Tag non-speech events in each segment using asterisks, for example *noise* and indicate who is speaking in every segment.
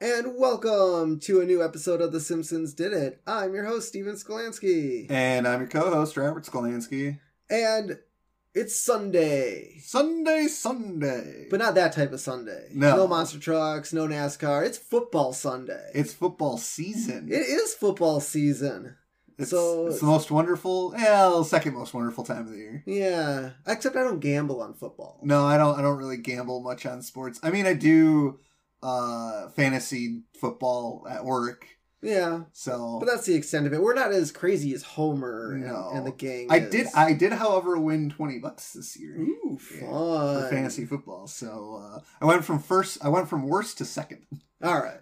Speaker 1: And welcome to a new episode of The Simpsons Did It. I'm your host, Steven Skolansky.
Speaker 2: And I'm your co-host, Robert Skolansky.
Speaker 1: And it's Sunday.
Speaker 2: Sunday, Sunday.
Speaker 1: But not that type of Sunday.
Speaker 2: No.
Speaker 1: monster trucks, no NASCAR. It's football Sunday.
Speaker 2: it's football season.
Speaker 1: it is football season.
Speaker 2: it's,
Speaker 1: so-
Speaker 2: it's the most wonderful, well, second most wonderful time of the year.
Speaker 1: Yeah. Except I don't gamble on football.
Speaker 2: No, I don't. I don't really gamble much on sports. I mean, I do uh fantasy football at work.
Speaker 1: Yeah.
Speaker 2: So
Speaker 1: But that's the extent of it. We're not as crazy as Homer and,
Speaker 2: No.
Speaker 1: and the gang.
Speaker 2: I
Speaker 1: is.
Speaker 2: did. I did, however, win twenty bucks this year.
Speaker 1: Ooh,
Speaker 2: Yeah.
Speaker 1: fun.
Speaker 2: For fantasy football, so uh, I went from first. I went from worst to second.
Speaker 1: All right.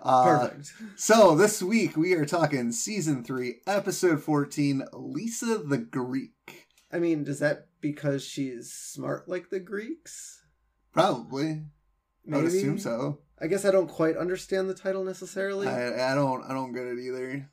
Speaker 2: Uh,
Speaker 1: Perfect.
Speaker 2: So this week we are talking season three, episode fourteen, Lisa the Greek.
Speaker 1: I mean, is that because she's smart like the Greeks?
Speaker 2: Probably, I would assume so.
Speaker 1: I guess I don't quite understand the title necessarily.
Speaker 2: I, I don't, I don't get it either.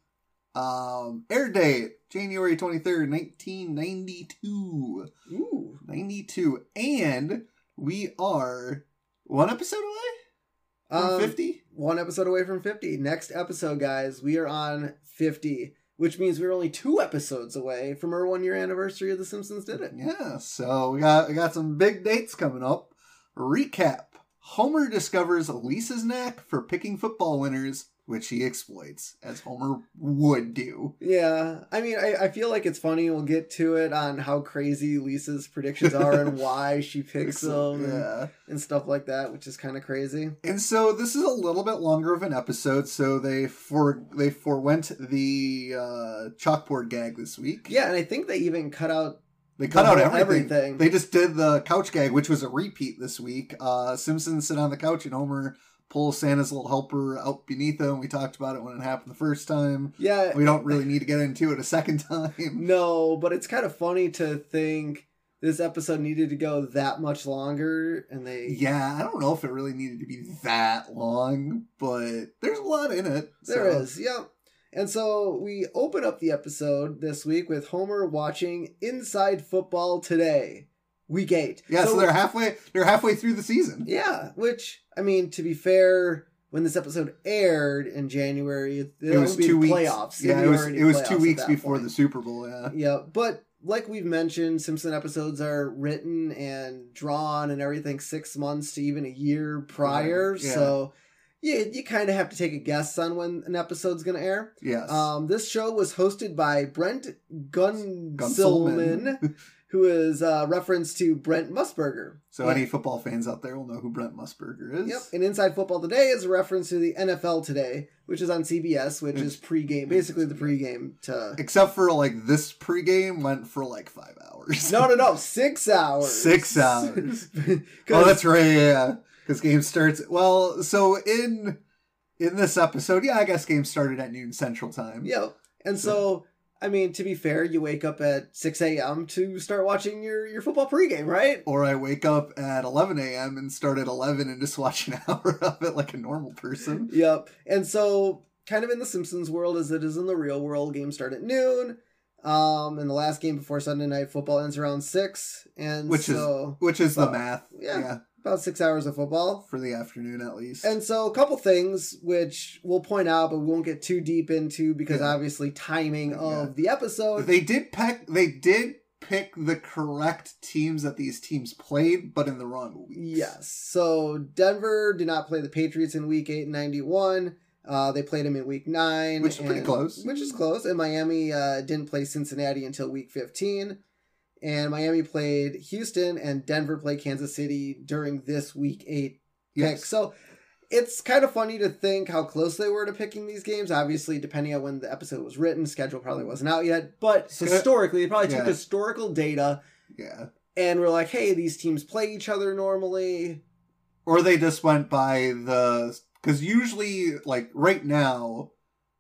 Speaker 2: Um, air date January twenty third, nineteen ninety two,
Speaker 1: Ooh.
Speaker 2: ninety two, and we are one episode away from
Speaker 1: Um,
Speaker 2: fifty.
Speaker 1: One episode away from 50. Next episode, guys, we are on 50, which means we're only two episodes away from our one year anniversary of The Simpsons Did It.
Speaker 2: Yeah, so we got we got some big dates coming up. Recap: Homer discovers Lisa's knack for picking football winners, which he exploits, as Homer would do.
Speaker 1: Yeah, I mean, I, I feel like it's funny. We'll get to it on how crazy Lisa's predictions are
Speaker 2: *laughs*
Speaker 1: and why she picks them and,
Speaker 2: yeah.
Speaker 1: and stuff like that, which is kind of crazy.
Speaker 2: And so this is a little bit longer of an episode, so they for they forwent the uh, chalkboard gag this week.
Speaker 1: Yeah, and I think they even cut out.
Speaker 2: They cut
Speaker 1: The
Speaker 2: out
Speaker 1: whole-
Speaker 2: everything.
Speaker 1: everything.
Speaker 2: They just did the couch gag, which was a repeat this week. Uh, Simpsons sit on the couch and Homer pulls Santa's little helper out beneath him. We talked about it when it happened the first time.
Speaker 1: Yeah,
Speaker 2: We don't really need to get into it a second time.
Speaker 1: no, but it's kind of funny to think this episode needed to go that much longer, and they.
Speaker 2: Yeah, I don't know if it really needed to be that long, but there's a lot in it.
Speaker 1: There is,
Speaker 2: so-
Speaker 1: yep. And so we open up the episode this week with Homer watching Inside Football Today, Week 8.
Speaker 2: Yeah, so,
Speaker 1: So-
Speaker 2: they're halfway. They're halfway through the season.
Speaker 1: Yeah, which, I mean, to be fair, when this episode aired in January, it,
Speaker 2: It was two weeks.
Speaker 1: playoffs.
Speaker 2: Yeah,
Speaker 1: It'd
Speaker 2: it
Speaker 1: be
Speaker 2: was.
Speaker 1: already
Speaker 2: It was
Speaker 1: playoffs
Speaker 2: two
Speaker 1: at
Speaker 2: weeks
Speaker 1: that
Speaker 2: before
Speaker 1: point.
Speaker 2: the Super Bowl. Yeah.
Speaker 1: Yeah, but like we've mentioned, Simpson episodes are written and drawn and everything six months to even a year prior.
Speaker 2: Right, yeah.
Speaker 1: So you, you kind of have to take a guess on when an episode's going to air.
Speaker 2: Yes.
Speaker 1: Um, this show was hosted by Brent
Speaker 2: Gunselman. *laughs*
Speaker 1: Gunselman, who is uh, reference to Brent Musburger.
Speaker 2: So any football fans out there will know who Brent Musburger is.
Speaker 1: Yep. And Inside Football Today is a reference to the NFL Today, which is on CBS, which is
Speaker 2: Mm.
Speaker 1: pregame, basically the pregame to.
Speaker 2: Except for like this pregame went for like five hours.
Speaker 1: No, no, no, six hours.
Speaker 2: Six hours.
Speaker 1: *laughs* 'Cause-
Speaker 2: *laughs* oh, that's right. Yeah, because game starts. Well, so in in this episode, yeah, I guess game started at noon Central Time.
Speaker 1: Yep. And so, I mean, to be fair, you wake up at 6 a.m. to start watching your, your football pregame, right?
Speaker 2: Or I wake up at 11 a.m. and start at 11 and just watch an *laughs* hour of it like a normal person.
Speaker 1: Yep. And so, kind of in the Simpsons world as it is in the real world, games start at noon. Um, and the last game before Sunday night football ends around six, and
Speaker 2: Which is-
Speaker 1: so
Speaker 2: Which is
Speaker 1: Well,
Speaker 2: the math.
Speaker 1: yeah. about six hours of football.
Speaker 2: For the afternoon at least.
Speaker 1: And so, a couple things which we'll point out, but we won't get too deep into because
Speaker 2: Yeah.
Speaker 1: obviously timing
Speaker 2: Yeah.
Speaker 1: of the episode.
Speaker 2: they did pick they did pick the correct teams that these teams played, but in the wrong weeks.
Speaker 1: Yes. So Denver did not play the Patriots in Week Eight ninety one. Uh, they played them in Week Nine,
Speaker 2: Which is pretty
Speaker 1: and-
Speaker 2: close.
Speaker 1: Which is close. And Miami uh, didn't play Cincinnati until Week Fifteen, and Miami played Houston, and Denver played Kansas City during this Week Eight pick.
Speaker 2: Yes.
Speaker 1: So. It's kind of funny to think how close they were to picking these games. Obviously, depending on when the episode was written, schedule probably wasn't out yet. But
Speaker 2: Sca-
Speaker 1: historically, they probably took
Speaker 2: Yeah.
Speaker 1: historical data
Speaker 2: Yeah.
Speaker 1: and were like, "Hey, these teams play each other normally.
Speaker 2: Or they just went by the because usually like right now,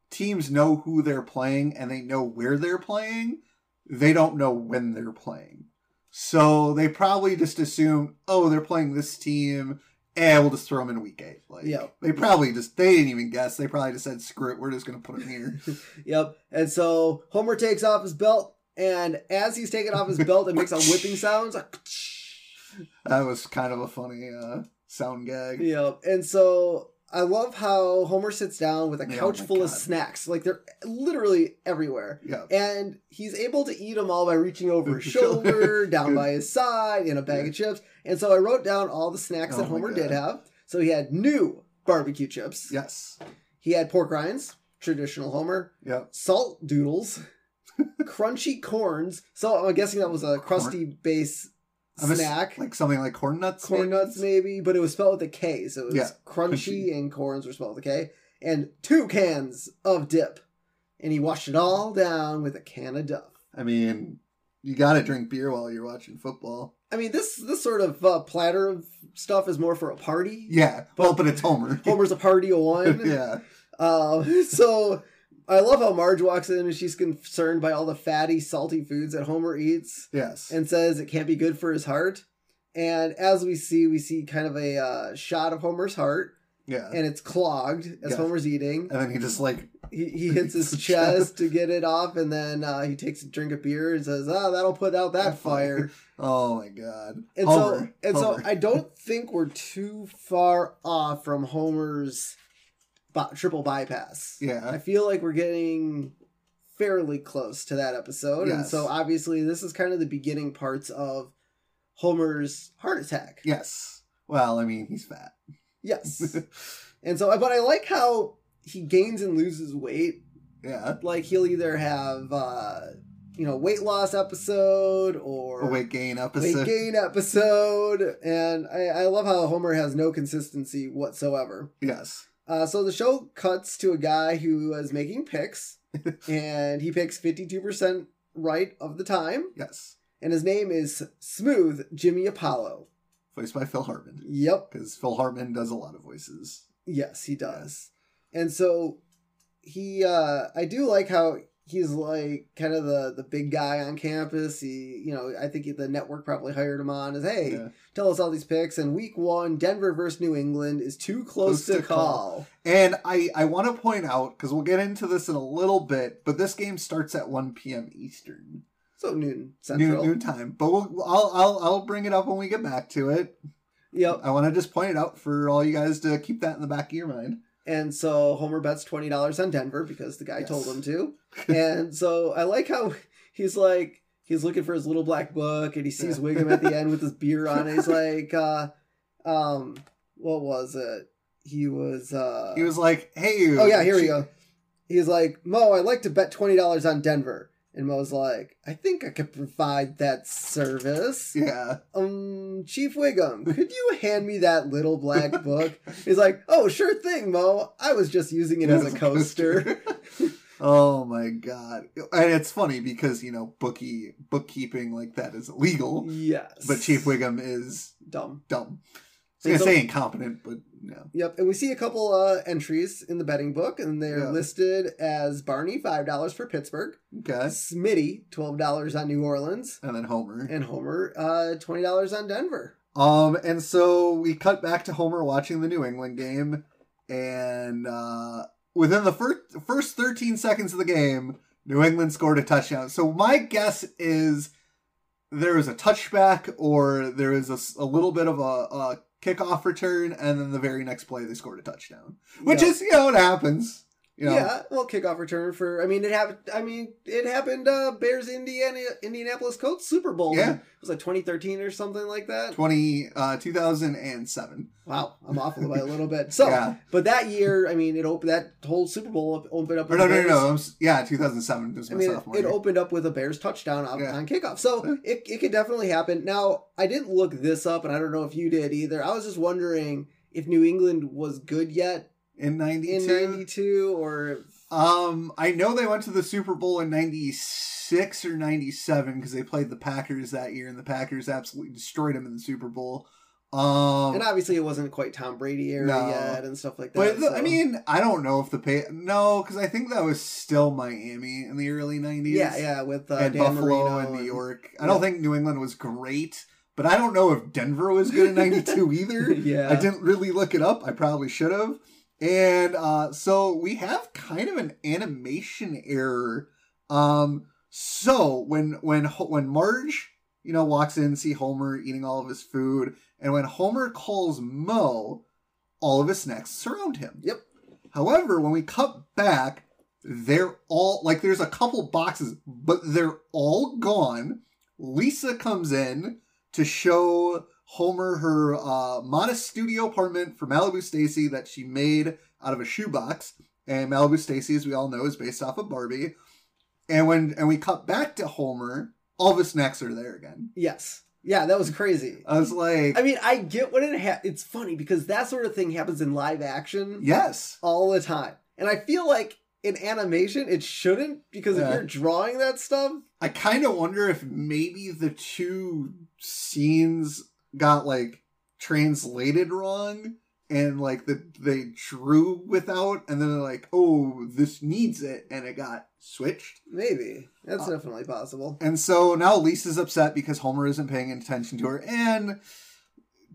Speaker 2: teams know who they're playing and they know where they're playing. They don't know when they're playing. So they probably just assume, oh, they're playing this team. Eh, we'll just throw them in week eight. Like,
Speaker 1: Yeah.
Speaker 2: they probably just they didn't even guess. They probably just said, screw it, we're just gonna put them here.
Speaker 1: *laughs* Yep. And
Speaker 2: *laughs*
Speaker 1: so Homer takes off his belt, and as he's taking off his belt, it makes a whipping sound. It's like,
Speaker 2: That was kind of a funny uh, sound gag.
Speaker 1: Yep. And so I love how Homer sits down with a
Speaker 2: Yeah,
Speaker 1: couch
Speaker 2: oh my
Speaker 1: full of
Speaker 2: God.
Speaker 1: snacks. Like they're literally everywhere.
Speaker 2: Yeah.
Speaker 1: And he's able to eat them all by reaching over
Speaker 2: *laughs*
Speaker 1: his shoulder, down
Speaker 2: Good.
Speaker 1: by
Speaker 2: *laughs*
Speaker 1: his side, in a bag of chips. And so I wrote down all the snacks that
Speaker 2: Oh my
Speaker 1: Homer did
Speaker 2: God.
Speaker 1: have. So he had new barbecue chips.
Speaker 2: Yes.
Speaker 1: He had pork rinds, traditional Homer,
Speaker 2: Yep.
Speaker 1: salt
Speaker 2: *laughs*
Speaker 1: doodles, crunchy corns. So I'm guessing that was a crusty base
Speaker 2: I'm a s-
Speaker 1: snack.
Speaker 2: Like something like corn nuts.
Speaker 1: corn
Speaker 2: maybe?
Speaker 1: nuts maybe, but it was spelled with a K, so it was
Speaker 2: Yeah,
Speaker 1: crunchy,
Speaker 2: crunchy.
Speaker 1: and corns were spelled with a K, and two cans of dip, and he washed it all down with a can of Dove.
Speaker 2: I mean, you gotta drink beer while you're watching football.
Speaker 1: I mean, this this sort of uh, platter of stuff is more for a party.
Speaker 2: Yeah. Well, but it's Homer.
Speaker 1: Homer's a party of one.
Speaker 2: *laughs* yeah.
Speaker 1: Um, *laughs* so I love how Marge walks in and she's concerned by all the fatty, salty foods that Homer eats.
Speaker 2: Yes.
Speaker 1: and says it can't be good for his heart. And as we see, we see kind of a uh, shot of Homer's heart,
Speaker 2: yeah.
Speaker 1: and it's clogged as
Speaker 2: Yeah. Uh,
Speaker 1: Homer's eating.
Speaker 2: And then he just like
Speaker 1: He, he hits
Speaker 2: *laughs*
Speaker 1: his
Speaker 2: His
Speaker 1: chest to get it off, and then uh, he takes a drink of beer and says, "Ah, that'll put out that
Speaker 2: *laughs*
Speaker 1: fire."
Speaker 2: Oh my god.
Speaker 1: And
Speaker 2: Homer,
Speaker 1: so, and
Speaker 2: Homer.
Speaker 1: so, I don't think we're too far off from Homer's bi- triple bypass. I
Speaker 2: Yeah.
Speaker 1: feel like we're getting fairly close to that episode. And
Speaker 2: Yes.
Speaker 1: so obviously this is kind of the beginning parts of Homer's heart attack.
Speaker 2: Yes. Well, I mean, he's fat. *laughs*
Speaker 1: Yes. and so but I like how he gains and loses weight.
Speaker 2: yeah.
Speaker 1: Like he'll either have uh you know, weight loss episode or
Speaker 2: A weight gain
Speaker 1: weight
Speaker 2: episode.
Speaker 1: gain episode. And I, I love how Homer has no consistency whatsoever.
Speaker 2: Yes.
Speaker 1: Uh, so the show cuts to a guy who is making picks, *laughs* and he picks 52% right of the time,
Speaker 2: Yes.
Speaker 1: and his name is Smooth Jimmy Apollo.
Speaker 2: Voiced by Phil Hartman.
Speaker 1: Yep,
Speaker 2: Because Phil Hartman does a lot of voices.
Speaker 1: yes, he does. And so he, uh, I do like how he's like kind of the the big guy on campus. He, you know, I think the network probably hired him on as, hey,
Speaker 2: Yeah.
Speaker 1: tell us all these picks. And week one, Denver versus New England is too close, to, call.
Speaker 2: And I, I want to point out, because we'll get into this in a little bit, but this game starts at 1 p.m. Eastern.
Speaker 1: So noon central.
Speaker 2: New, new time. But we'll, I'll, I'll, I'll bring it up when we get back to it.
Speaker 1: Yep.
Speaker 2: I want to just point it out for all you guys to keep that in the back of your mind.
Speaker 1: And so Homer bets twenty dollars on Denver because the guy
Speaker 2: Yes.
Speaker 1: told him
Speaker 2: *laughs*
Speaker 1: to. And so I like how he's like he's looking for his little black book and he sees
Speaker 2: Yeah.
Speaker 1: Wiggum at the end with his beer on.
Speaker 2: *laughs*
Speaker 1: And he's like, uh, um, what was it? He was uh
Speaker 2: He was like, hey.
Speaker 1: Oh yeah, here we go. He's like, Mo, I'd like to bet twenty dollars on Denver. And Mo's like, I think I could provide that service.
Speaker 2: Yeah.
Speaker 1: Um, Chief Wiggum, *laughs* could you hand me that little black book? He's like, oh, sure thing, Mo. I was just using it as
Speaker 2: *laughs*
Speaker 1: a coaster.
Speaker 2: oh my god! And it's funny because you know bookie bookkeeping like that is illegal,
Speaker 1: yes.
Speaker 2: but Chief Wiggum is
Speaker 1: Dumb.
Speaker 2: dumb. I
Speaker 1: And
Speaker 2: was
Speaker 1: so-
Speaker 2: gonna say incompetent, but no.
Speaker 1: Yep. And we see a couple uh, entries in the betting book, and they're
Speaker 2: Yeah.
Speaker 1: listed as Barney, $5 for Pittsburgh,
Speaker 2: Okay.
Speaker 1: Smitty, $12 on New Orleans,
Speaker 2: And then Homer.
Speaker 1: and Homer, uh, $20 on Denver.
Speaker 2: um, and so we cut back to Homer watching the New England game, and uh, within the first first thirteen seconds of the game, New England scored a touchdown. So my guess is there was a touchback, or there is a, s- a little bit of a, a kickoff return, and then the very next play they scored a touchdown, which
Speaker 1: Yep.
Speaker 2: is you know it happens. You know,
Speaker 1: Yeah, well, kickoff return for. I mean, it happened. I mean, it happened. Uh, Bears, Indiana, Indianapolis Colts Super Bowl.
Speaker 2: Yeah.
Speaker 1: it was like 2013 or something like that.
Speaker 2: twenty uh, two thousand and seven.
Speaker 1: Wow, I'm off by a little
Speaker 2: *laughs*
Speaker 1: bit. So,
Speaker 2: yeah,
Speaker 1: but that year, I mean, it opened that whole Super Bowl op- opened up.
Speaker 2: or
Speaker 1: with
Speaker 2: no,
Speaker 1: the
Speaker 2: no, no,
Speaker 1: Bears-
Speaker 2: no. I'm s- yeah, two thousand seven was
Speaker 1: I
Speaker 2: my
Speaker 1: mean,
Speaker 2: sophomore.
Speaker 1: it
Speaker 2: year.
Speaker 1: opened up with a Bears touchdown on,
Speaker 2: Yeah.
Speaker 1: on kickoff. So it, it could definitely happen. Now, I didn't look this up, and I don't know if you did either. I was just wondering if New England was good yet
Speaker 2: in
Speaker 1: in
Speaker 2: 92
Speaker 1: 92 or
Speaker 2: um i know they went to the super bowl in 96 or 97 because they played the packers that year and the packers absolutely destroyed them in the super bowl um
Speaker 1: and obviously it wasn't quite Tom Brady era
Speaker 2: No.
Speaker 1: yet and stuff like that.
Speaker 2: but the-
Speaker 1: so-
Speaker 2: i mean i don't know if the pay no because i think that was still miami in the early 90s
Speaker 1: yeah, yeah, with uh,
Speaker 2: and
Speaker 1: Dan
Speaker 2: buffalo
Speaker 1: Marino
Speaker 2: and new york i
Speaker 1: yeah.
Speaker 2: don't think new england was great but i don't know if denver was good in 92 either *laughs*
Speaker 1: yeah,
Speaker 2: I didn't really look it up. I probably should have. And uh, so we have kind of an animation error. Um, so when when Ho- when Marge, you know, walks in, see Homer eating all of his food, and when Homer calls Mo, all of his snacks surround him.
Speaker 1: Yep.
Speaker 2: However, when we cut back, they're all like there's a couple boxes, but they're all gone. Lisa comes in to show Homer her uh, modest studio apartment for Malibu Stacy that she made out of a shoebox. And Malibu Stacy, as we all know, is based off of Barbie. And when and we cut back to Homer, all of his snacks are there again.
Speaker 1: Yes. Yeah, that was crazy.
Speaker 2: I was like,
Speaker 1: I mean, I get what it ha- it's funny because that sort of thing happens in live action
Speaker 2: yes,
Speaker 1: all the time. And I feel like in animation it shouldn't because if
Speaker 2: Yeah.
Speaker 1: you're drawing that stuff,
Speaker 2: I kind of wonder if maybe the two scenes got like translated wrong and like the, they drew without and then they're like, oh, this needs it. And it got switched.
Speaker 1: maybe. That's
Speaker 2: Uh,
Speaker 1: definitely possible.
Speaker 2: And so now Lisa's upset because Homer isn't paying attention to her. And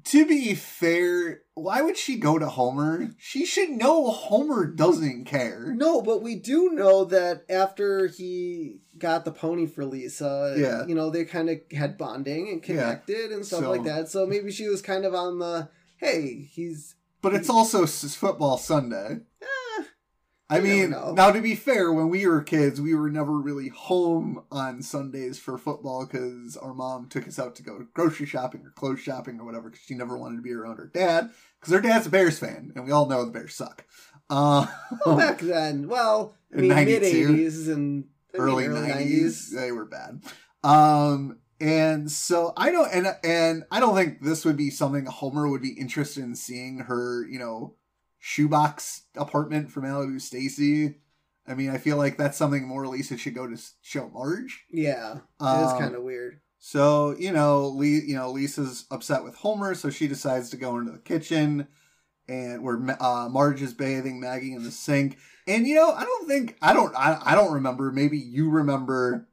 Speaker 2: to be fair, why would she go to Homer? She should know Homer doesn't care.
Speaker 1: No, but we do know that after he got the pony for Lisa,
Speaker 2: Yeah.
Speaker 1: you know, they kind of had bonding and
Speaker 2: Yeah.
Speaker 1: connected and stuff
Speaker 2: So-
Speaker 1: like that. So maybe she was kind of on the hey, he's
Speaker 2: But it's also s- football Sunday.
Speaker 1: eh,
Speaker 2: I
Speaker 1: You never
Speaker 2: mean,
Speaker 1: know.
Speaker 2: now to be fair, when we were kids, we were never really home on Sundays for football because our mom took us out to go grocery shopping or clothes shopping or whatever because she never wanted to be around her dad because her dad's a Bears fan and we all know the Bears suck. Uh,
Speaker 1: well, back then. Well, I
Speaker 2: In
Speaker 1: mean,
Speaker 2: 92.
Speaker 1: mid eighties and I mean,
Speaker 2: early nineties. They were bad. Um, and so I don't, and and I don't think this would be something Homer would be interested in seeing her, you know, shoebox apartment from Malibu Stacy. I mean, I feel like that's something more Lisa should go to s- show Marge.
Speaker 1: Yeah, it is
Speaker 2: Um,
Speaker 1: kind of weird.
Speaker 2: so you know, Le- you know, Lisa's upset with Homer, so she decides to go into the kitchen, and where Ma- uh, Marge is bathing Maggie in the sink. And you know, I don't think I don't I, I don't remember. Maybe you remember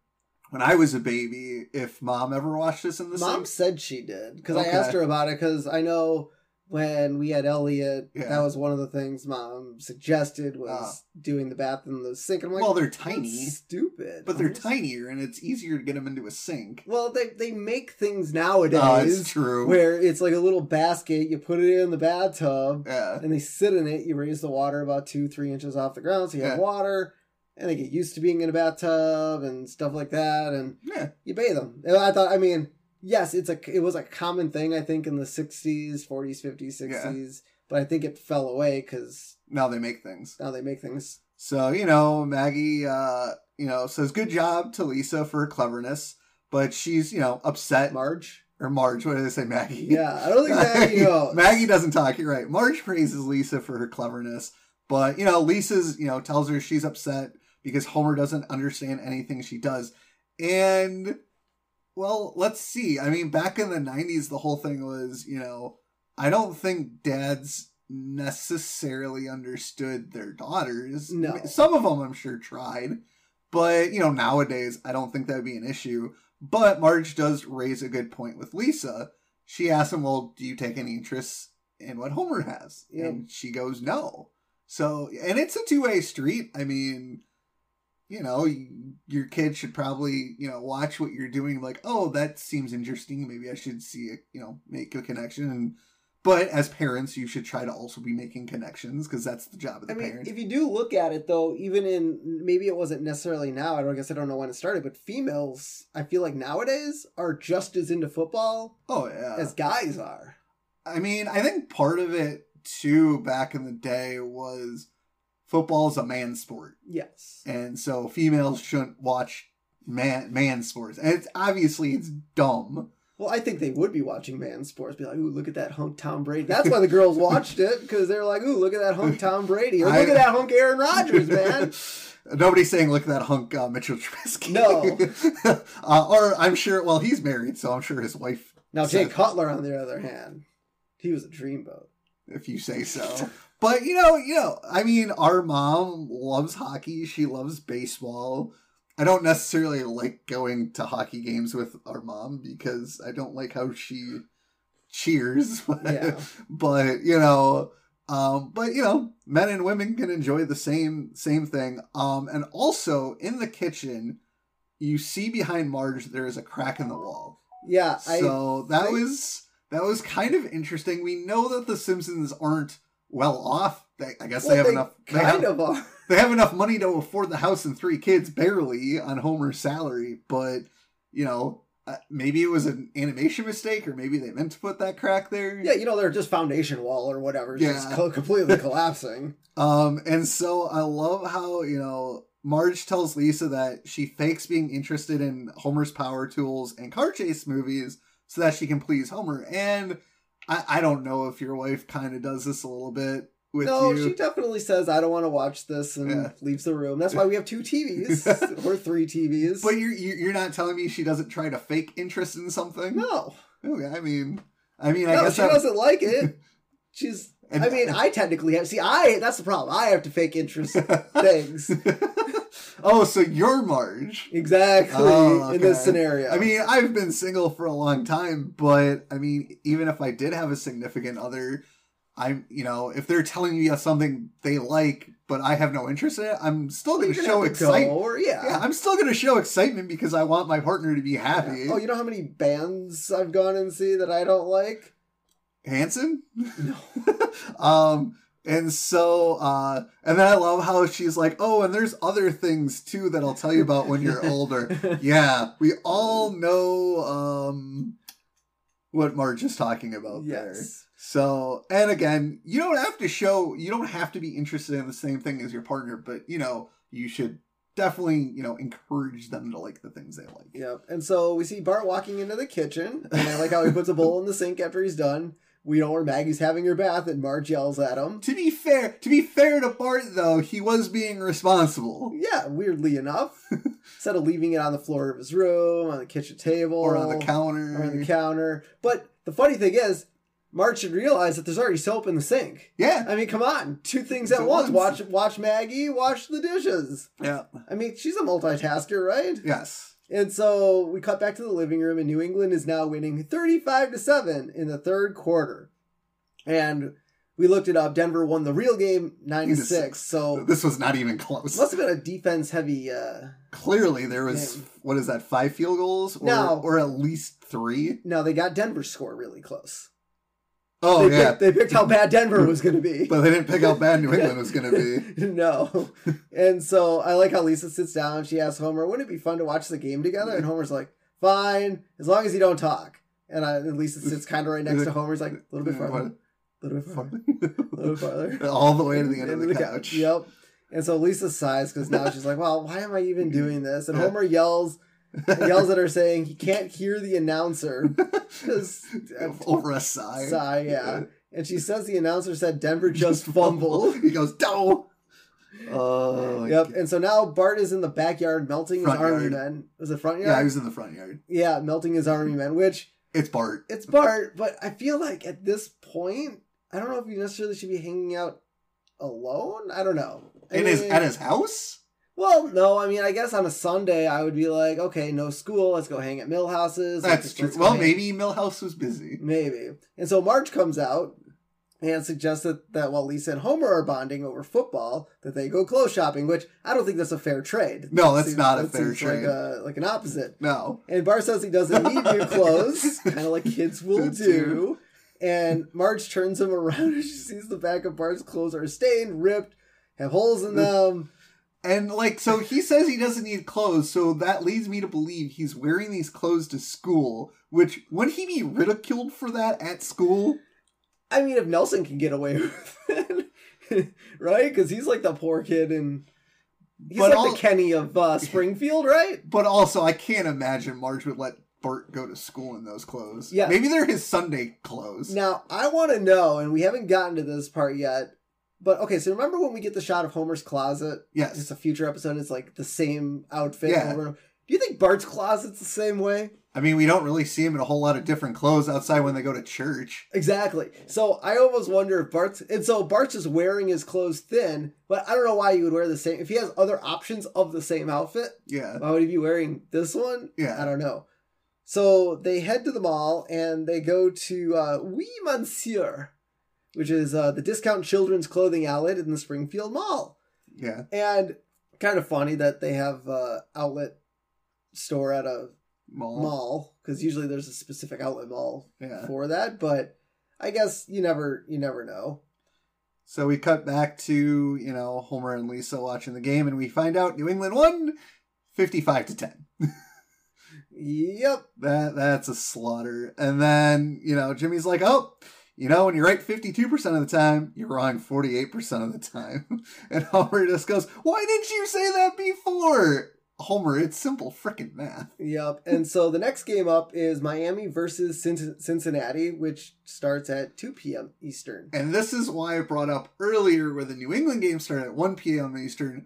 Speaker 2: when I was a baby if Mom ever watched this in the
Speaker 1: Mom
Speaker 2: sink.
Speaker 1: said she did because
Speaker 2: Okay.
Speaker 1: I asked her about it because I know when we had Elliot,
Speaker 2: Yeah. Ah.
Speaker 1: that was one of the things Mom suggested was doing the bath in the sink. And I'm like,
Speaker 2: Well, they're
Speaker 1: "That's
Speaker 2: tiny,
Speaker 1: stupid,
Speaker 2: but they're
Speaker 1: Mom."
Speaker 2: tinier, and it's easier to get them into a sink.
Speaker 1: Well, they they make things
Speaker 2: Oh, it's
Speaker 1: nowadays
Speaker 2: true.
Speaker 1: where it's like a little basket. You put it in the bathtub
Speaker 2: yeah.
Speaker 1: and they sit in it. You raise the water about two three inches off the ground, so you
Speaker 2: Yeah.
Speaker 1: have water. And they get used to being in a bathtub and stuff like that. And
Speaker 2: Yeah.
Speaker 1: you bathe them. And I thought, I mean, yes, it's a it was a common thing I think in the '60s, '40s, '50s, '60s, but I think it fell away because
Speaker 2: Now they make things.
Speaker 1: now they make things.
Speaker 2: So, you know, Maggie, uh, you know, says good job to Lisa for her cleverness, but she's, you know, upset. *laughs*
Speaker 1: Marge,
Speaker 2: or Marge, what did I say, Maggie?
Speaker 1: yeah, I don't
Speaker 2: *laughs*
Speaker 1: think that you know.
Speaker 2: Maggie doesn't talk. You're right. Marge praises Lisa for her cleverness, but, you know, Lisa's, you know, tells her she's upset because Homer doesn't understand anything she does. And, well, let's see. I mean, back in the 90s, the whole thing was, you know, I don't think dads necessarily understood their daughters.
Speaker 1: No.
Speaker 2: I mean, Some of them, I'm sure, tried. But, you know, nowadays, I don't think that would be an issue. But Marge does raise a good point with Lisa. She asks him, Well, do you take any interest in what Homer has?
Speaker 1: Yeah.
Speaker 2: And she goes, No. So, and it's a two way street. I mean, you know, y- your kid should probably, you know, watch what you're doing. Like, oh, that seems interesting. Maybe I should see it, you know, make a connection. And, but as parents, you should try to also be making connections because that's the job of the
Speaker 1: I mean,
Speaker 2: parent.
Speaker 1: if you do look at it though, even in maybe it wasn't necessarily now. I don't I guess I don't know when it started, but females, I feel like nowadays are just as into football
Speaker 2: oh, yeah.
Speaker 1: as guys are.
Speaker 2: I mean, I think part of it too back in the day was football's a man sport,
Speaker 1: Yes.
Speaker 2: and so females shouldn't watch man man sports. And it's obviously it's dumb.
Speaker 1: Well, I think they would be watching man sports, be like, "Ooh, look at that hunk Tom Brady." That's why the girls watched it because they were like, "Ooh, look at that hunk Tom Brady," or
Speaker 2: I-
Speaker 1: "Look at that hunk Aaron Rodgers,
Speaker 2: *laughs*
Speaker 1: man."
Speaker 2: Nobody's saying look at that hunk uh, Mitchell Trubisky.
Speaker 1: No.
Speaker 2: *laughs* uh, or I'm sure. Well, he's married, so I'm sure his wife,
Speaker 1: Now, Jay Cutler, on the other hand, he was a dreamboat.
Speaker 2: if you say so. But you know, you know, I mean, our mom loves hockey. She loves baseball. I don't necessarily like going to hockey games with our mom because I don't like how she cheers. *laughs*
Speaker 1: Yeah.
Speaker 2: but you know, um, but you know, men and women can enjoy the same same thing. Um, and also in the kitchen, you see behind Marge there is a crack in the wall,
Speaker 1: Yeah, I
Speaker 2: So that
Speaker 1: I-
Speaker 2: was that was kind of interesting. We know that the Simpsons aren't well off. They, I guess
Speaker 1: well,
Speaker 2: they have enough. They
Speaker 1: Kind of
Speaker 2: have,
Speaker 1: are.
Speaker 2: they have enough money to afford the house and three kids barely on Homer's salary, but you know, uh, maybe it was an animation mistake or maybe they meant to put that crack there.
Speaker 1: Yeah, you know they're just foundation wall or whatever, it's just
Speaker 2: Yeah.
Speaker 1: co- completely collapsing.
Speaker 2: Um and so I love how, you know, Marge tells Lisa that she fakes being interested in Homer's power tools and car chase movies so that she can please Homer. And I, I don't know if your wife kind of does this a little bit *laughs* with
Speaker 1: no,
Speaker 2: you.
Speaker 1: she definitely says I don't want to watch this and
Speaker 2: Yeah.
Speaker 1: leaves the room. That's why we have two
Speaker 2: *laughs*
Speaker 1: TVs or three TVs.
Speaker 2: but you're you- you're not telling me she doesn't try to fake interest in something.
Speaker 1: no,
Speaker 2: Okay, I mean, I mean, I
Speaker 1: no,
Speaker 2: guess
Speaker 1: she
Speaker 2: that-
Speaker 1: doesn't like
Speaker 2: *laughs*
Speaker 1: it. She's.
Speaker 2: and-
Speaker 1: I mean, I technically have. See, I that's the problem. I have to fake
Speaker 2: *laughs*
Speaker 1: interest things
Speaker 2: oh, so you're Marge.
Speaker 1: exactly
Speaker 2: Oh,
Speaker 1: in this
Speaker 2: okay.
Speaker 1: scenario.
Speaker 2: I mean, I've been single for a long time, but I mean, even if I did have a significant other, I'm, you know, if they're telling me something they like, but I have no interest in it, I'm still
Speaker 1: Well,
Speaker 2: going
Speaker 1: you're
Speaker 2: to
Speaker 1: gonna
Speaker 2: show
Speaker 1: have to
Speaker 2: excitement.
Speaker 1: go, or yeah.
Speaker 2: Yeah, I'm still going to show excitement because I want my partner to be happy.
Speaker 1: Oh, you know how many bands I've gone and see that I don't
Speaker 2: *laughs*
Speaker 1: like?
Speaker 2: Hanson?
Speaker 1: No.
Speaker 2: *laughs* um and so uh and then I love how she's like, "Oh, and there's other things too that I'll tell you about
Speaker 1: *laughs*
Speaker 2: when you're older." yeah, we all know um what Marge is talking about there.
Speaker 1: yes.
Speaker 2: So, and again, you don't have to show you don't have to be interested in the same thing as your partner, but you know, you should definitely, you know, encourage them to like the things they like.
Speaker 1: Yep. And so we see Bart walking into the kitchen, and I like how he puts a bowl in the sink after he's done. We know where Maggie's having her bath, and Marge yells at him.
Speaker 2: To be fair, to be fair to Bart though, he was being responsible.
Speaker 1: Yeah, weirdly
Speaker 2: *laughs*
Speaker 1: enough, instead of leaving it on the floor of his room, on the kitchen table,
Speaker 2: or on the counter.
Speaker 1: or on Oh. the counter. But the funny thing is, Marge should realize that there's already soap in the sink.
Speaker 2: yeah,
Speaker 1: I mean, come on, two things
Speaker 2: At
Speaker 1: at once.
Speaker 2: once.
Speaker 1: Watch, watch Maggie, wash the dishes.
Speaker 2: yeah,
Speaker 1: I mean, she's a multitasker, right?
Speaker 2: yes.
Speaker 1: And so we cut back to the living room, and New England is now winning 35 to 7 in the third quarter. And we looked it up. Denver won the real game 9 to 6. So
Speaker 2: This was not even close.
Speaker 1: must have been a defense heavy. Uh,
Speaker 2: Clearly, there was
Speaker 1: Yeah.
Speaker 2: what is that? Five field goals, or
Speaker 1: No.
Speaker 2: or at least three.
Speaker 1: no, they got Denver's score really close.
Speaker 2: Oh
Speaker 1: they,
Speaker 2: yeah,
Speaker 1: picked, they picked how bad
Speaker 2: *laughs*
Speaker 1: Denver was going to be.
Speaker 2: but they didn't pick
Speaker 1: *laughs*
Speaker 2: out bad New England was going to be.
Speaker 1: no. And so I like how Lisa sits down and she asks Homer, wouldn't it be fun to watch the game together? And Homer's like, fine, as long as you don't talk. And, I, and Lisa sits kind of right next to Homer. He's like, a little bit farther. A little bit farther. *laughs* A
Speaker 2: *laughs*
Speaker 1: little bit farther.
Speaker 2: All the way to the end of the couch. *laughs*
Speaker 1: Yep. And so Lisa sighs because now she's like, "Well, why am I even doing this?" And Homer yells, yells
Speaker 2: *laughs*
Speaker 1: at her, saying he can't hear the announcer because
Speaker 2: Over a sigh.
Speaker 1: sigh, yeah. And she says the announcer said Denver
Speaker 2: *laughs*
Speaker 1: just fumbled. Uh,
Speaker 2: He goes,
Speaker 1: *laughs*
Speaker 2: "No." Oh.
Speaker 1: Yep. And so now Bart is in the backyard melting
Speaker 2: Front
Speaker 1: his army
Speaker 2: yard.
Speaker 1: men. Was it front
Speaker 2: Yeah, he
Speaker 1: yard?
Speaker 2: was in the front yard.
Speaker 1: Yeah, melting his army men. Which
Speaker 2: It's Bart.
Speaker 1: it's Bart, but I feel like at this point, I don't know if you necessarily should be hanging out alone. I don't know. I
Speaker 2: It is
Speaker 1: mean-
Speaker 2: at his house.
Speaker 1: Well, no, I mean, I guess on a Sunday I would be like, okay, no school, let's go hang at mill houses. Let's-
Speaker 2: That's true.
Speaker 1: let's go
Speaker 2: Well,
Speaker 1: hang-
Speaker 2: maybe Millhouse was busy.
Speaker 1: maybe. And so Marge comes out and suggests that, that while Lisa and Homer are bonding over football, that they go clothes shopping, which I don't think that's a fair trade.
Speaker 2: No, that's
Speaker 1: Seems-
Speaker 2: not a
Speaker 1: that
Speaker 2: fair
Speaker 1: seems like
Speaker 2: trade.
Speaker 1: a- like an opposite.
Speaker 2: No.
Speaker 1: And Bart says he doesn't need
Speaker 2: *laughs*
Speaker 1: new clothes, kind of like kids will
Speaker 2: Good
Speaker 1: do. And Marge turns him around *laughs* and she sees the back of Bart's clothes are stained, ripped, have holes in them.
Speaker 2: And like,
Speaker 1: *laughs*
Speaker 2: so he says he doesn't need clothes, so that leads me to believe he's wearing these clothes to school. Which wouldn't he be ridiculed for that at school?
Speaker 1: I mean, if Nelson can get away *laughs* with it, right? Because he's like the poor kid and he's
Speaker 2: But
Speaker 1: like
Speaker 2: all-
Speaker 1: the Kenny of uh, Springfield, right?
Speaker 2: But also, I can't imagine Marge would let Bart go to school in those clothes.
Speaker 1: Yeah.
Speaker 2: maybe they're his Sunday clothes.
Speaker 1: Now, I want to know, and we haven't gotten to this part yet, but okay, so remember when we get the shot of Homer's closet? It's
Speaker 2: Yes,
Speaker 1: a future episode, it's like the same outfit. Over
Speaker 2: Yeah.
Speaker 1: and over. Do you think Bart's closet's the same way?
Speaker 2: I mean we don't really see him in a whole lot of different clothes outside when they go to church.
Speaker 1: Exactly. So I almost wonder if Bart's and so Bart's just wearing his clothes thin, but I don't know why you would wear the same if he has other options of the same outfit.
Speaker 2: Yeah,
Speaker 1: Why would he be wearing this one? I
Speaker 2: yeah.
Speaker 1: don't know. So they head to the mall and they go to uh, Oui Monsieur, which is uh, the discount children's clothing outlet in the Springfield Mall.
Speaker 2: Yeah,
Speaker 1: And kind of funny that they have uh, outlet store at a
Speaker 2: Mall.
Speaker 1: mall because usually there's a specific outlet mall
Speaker 2: Yeah.
Speaker 1: for that. But I guess you never you never know.
Speaker 2: So we cut back to, you know, Homer and Lisa watching the game and we find out New England won 55 to 10.
Speaker 1: Yep.
Speaker 2: That that's a slaughter. And then, you know, Jimmy's like, "Oh, you know, when you're right 52% of the time, you're wrong 48% of the time." *laughs* And Homer just goes, "Why didn't you say that before?" Homer, it's simple freaking math.
Speaker 1: Yep. And so the next game up is Miami versus Cin- Cincinnati, which starts at 2 p.m. Eastern.
Speaker 2: And this is why I brought up earlier where the New England game started at 1 p.m. Eastern.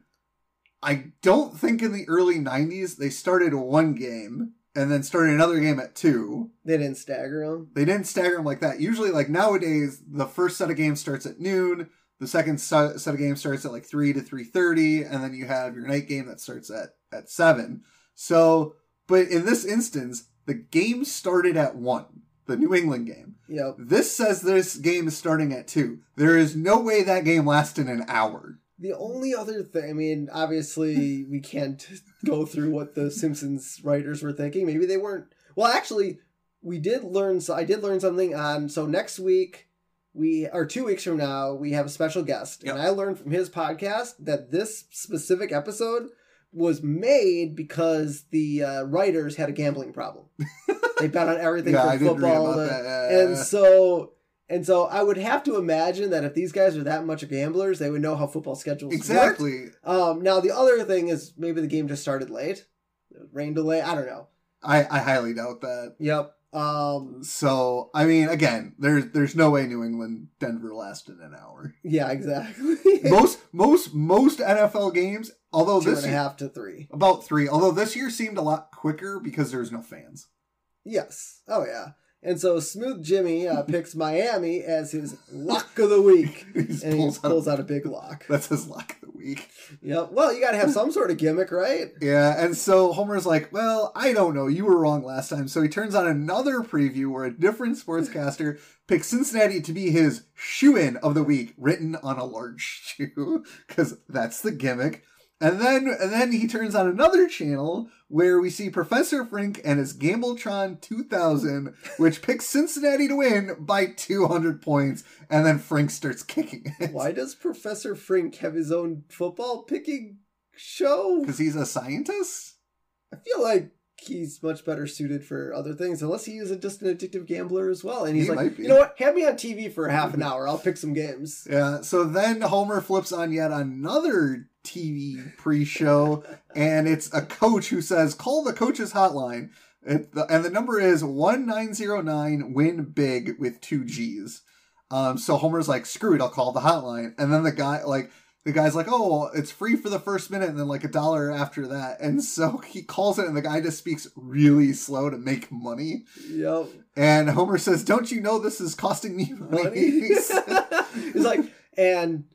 Speaker 2: I don't think in the early 90s they started one game and then started another game at 2.
Speaker 1: They didn't stagger them.
Speaker 2: They didn't stagger them like that. Usually, like nowadays, the first set of games starts at noon. The second se- set of games starts at like 3 to 3.30. And then you have your night game that starts at, at 7. So, but in this instance, the game started at 1, the New England game.
Speaker 1: Yep.
Speaker 2: This says this game is starting at two. There is no way that game lasted an hour.
Speaker 1: The only other thing, I mean, obviously
Speaker 2: *laughs*
Speaker 1: we can't go through what the Simpsons writers were thinking. Maybe they weren't. Well, actually, we did learn. So I did learn something on. So next week, we or two weeks from now, we have a special guest, and I learned from his podcast that this specific episode was made because the uh, writers had a gambling
Speaker 2: *laughs*
Speaker 1: problem. they bet on everything
Speaker 2: yeah,
Speaker 1: from
Speaker 2: I didn't read
Speaker 1: football
Speaker 2: about
Speaker 1: to
Speaker 2: that.
Speaker 1: and
Speaker 2: Uh,
Speaker 1: so and so I would have to imagine that if these guys are that much of gamblers, they would know how football schedules work.
Speaker 2: exactly.
Speaker 1: Um, now the other thing is maybe the game just started late, rain delay. I don't know.
Speaker 2: I, I highly doubt that.
Speaker 1: Yep. Um,
Speaker 2: So I mean, again, there's there's no way New England Denver lasted an hour.
Speaker 1: yeah, exactly. *laughs*
Speaker 2: most most most NFL games, although
Speaker 1: Two
Speaker 2: this
Speaker 1: and a
Speaker 2: year-
Speaker 1: half to three.
Speaker 2: about three, although this year seemed a lot quicker because there's no fans. *laughs*
Speaker 1: Yes. Oh yeah. And so Smooth Jimmy
Speaker 2: *laughs*
Speaker 1: uh, picks Miami as his lock of the week,
Speaker 2: He just
Speaker 1: and he
Speaker 2: pulls out-
Speaker 1: pulls out a big lock.
Speaker 2: *laughs* That's his luck of the week.
Speaker 1: Yep. Well, you got to have some sort of gimmick, right?
Speaker 2: Yeah, and so Homer's like, "Well, I don't know. You were wrong last time." So he turns on another preview where a different sportscaster picks Cincinnati to be his shoe-in of the week, written on a large *laughs* shoe, because that's the gimmick. And then, and then he turns on another channel where we see Professor Frink and his Gambletron 2000, which picks Cincinnati to win by 200 points, and then Frink starts kicking it *laughs*
Speaker 1: Why does Professor Frink have his own football picking show?
Speaker 2: because he's a scientist.
Speaker 1: I feel like he's much better suited for other things, unless he is a, just an addictive gambler as well. And he's
Speaker 2: He
Speaker 1: like,
Speaker 2: might be.
Speaker 1: you know what? Have me on TV for half an hour. I'll pick some games.
Speaker 2: Yeah, so then Homer flips on yet another TV pre show, and it's a coach who says, Call the coach's hotline. It, the, and the number is 1909 win big with two G's. Um, so Homer's like, Screw it, I'll call the hotline. And then the guy, like, the guy's like, oh, it's free for the first minute and then like a dollar after that. And so *laughs* he calls it, and the guy just speaks really slow to make money.
Speaker 1: *laughs* Yep.
Speaker 2: And Homer says, don't you know this is costing me *laughs* money? *laughs*
Speaker 1: *laughs* he's like, and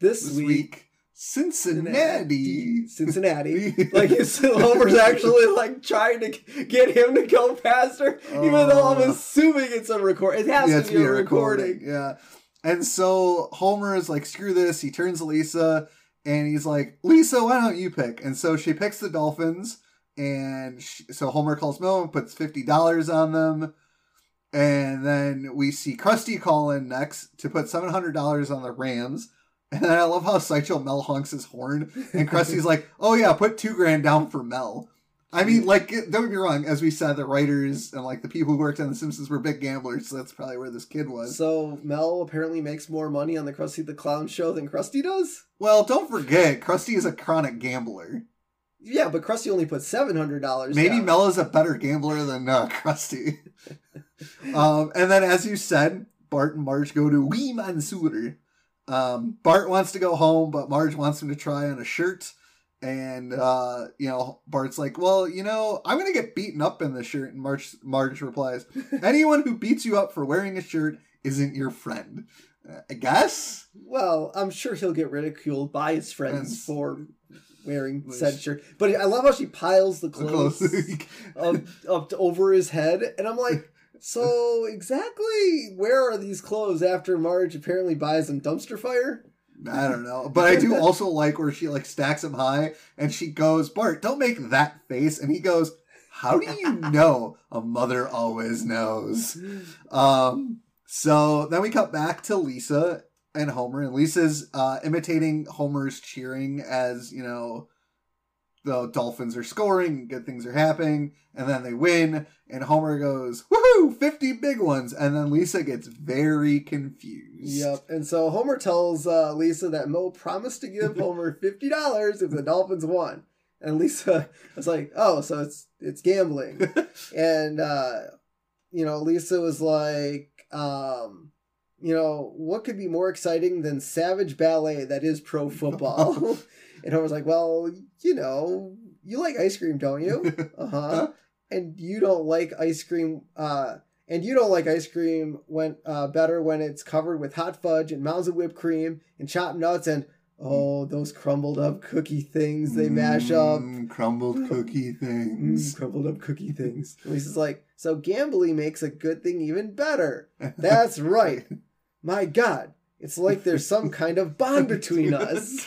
Speaker 1: this,
Speaker 2: this
Speaker 1: week,
Speaker 2: week. Cincinnati.
Speaker 1: Cincinnati. *laughs* Like his Homer's actually like trying to g- get him to go faster, even though I'm
Speaker 2: Oh.
Speaker 1: assuming it's a record. It has
Speaker 2: Yeah,
Speaker 1: to
Speaker 2: it's
Speaker 1: be
Speaker 2: me
Speaker 1: a recording.
Speaker 2: recording. Yeah. And so Homer is like, screw this. He turns to Lisa and he's like, Lisa, why don't you pick? And so she picks the Dolphins. And she, so Homer calls Mo and puts $50 on them. And then we see Krusty call in next to put $700 on the Rams. And I love how Sideshow Mel honks his horn And
Speaker 1: *laughs*
Speaker 2: Krusty's like, oh yeah, put two grand down for Mel. I mean, like, don't get me wrong. As we said, the writers and like the people who worked on The Simpsons were big gamblers, so that's probably where this kid was.
Speaker 1: So Mel apparently makes more money on the Krusty the Clown show than Krusty does.
Speaker 2: Well, don't forget, Krusty is a chronic gambler.
Speaker 1: Yeah, but Krusty only put seven hundred dollars.
Speaker 2: Maybe Mel is a better gambler than uh, Krusty. um, and then, as you said, Bart and Marge go to Wee Mansoor. Um, Bart wants to go home, but Marge wants him to try on a shirt. And uh, you know, Bart's like, "Well, you know, I'm gonna get beaten up in this shirt." And Marge, Marge replies, "Anyone who beats you up for wearing a shirt isn't your friend." Uh, I guess.
Speaker 1: Well, I'm sure he'll get ridiculed by his friends
Speaker 2: Friends.
Speaker 1: for wearing
Speaker 2: Which-
Speaker 1: said shirt. But I love how she piles the clothes
Speaker 2: *laughs* Close.
Speaker 1: *laughs* up, up to over his head, and I'm like, so exactly where are these clothes after Marge apparently buys them dumpster fire?
Speaker 2: I don't know. But I do also like where she like stacks him high and she goes, Bart, don't make that face. And he goes, how do you know? A mother always knows. Um, so then we cut back to Lisa and Homer, and Lisa's uh, imitating Homer's cheering as you know the Dolphins are scoring, good things are happening, and then they win, and Homer goes woohoo, fifty big ones, and then Lisa gets very confused.
Speaker 1: Yep. And so Homer tells uh, Lisa that Mo promised to give Homer fifty dollars if the Dolphins won. And Lisa *laughs* was like, "Oh, so it's it's gambling." and uh, you know, Lisa was like, um, "You know, what could be more exciting than savage ballet that is pro football?" and Homer's like, "Well, you know, you like ice cream, don't you? Uh huh. And you don't like ice cream." Uh, and you don't like ice cream when uh, better when it's covered with hot fudge and mounds of whipped cream and chopped nuts and oh those crumbled up cookie things they mash up
Speaker 2: Mm, crumbled
Speaker 1: *laughs*
Speaker 2: cookie
Speaker 1: mm,
Speaker 2: things.
Speaker 1: crumbled up cookie things. And Lisa's like, so gambling makes a good thing even better. That's
Speaker 2: *laughs*
Speaker 1: right. My God, it's like there's some kind of bond
Speaker 2: *laughs*
Speaker 1: between us.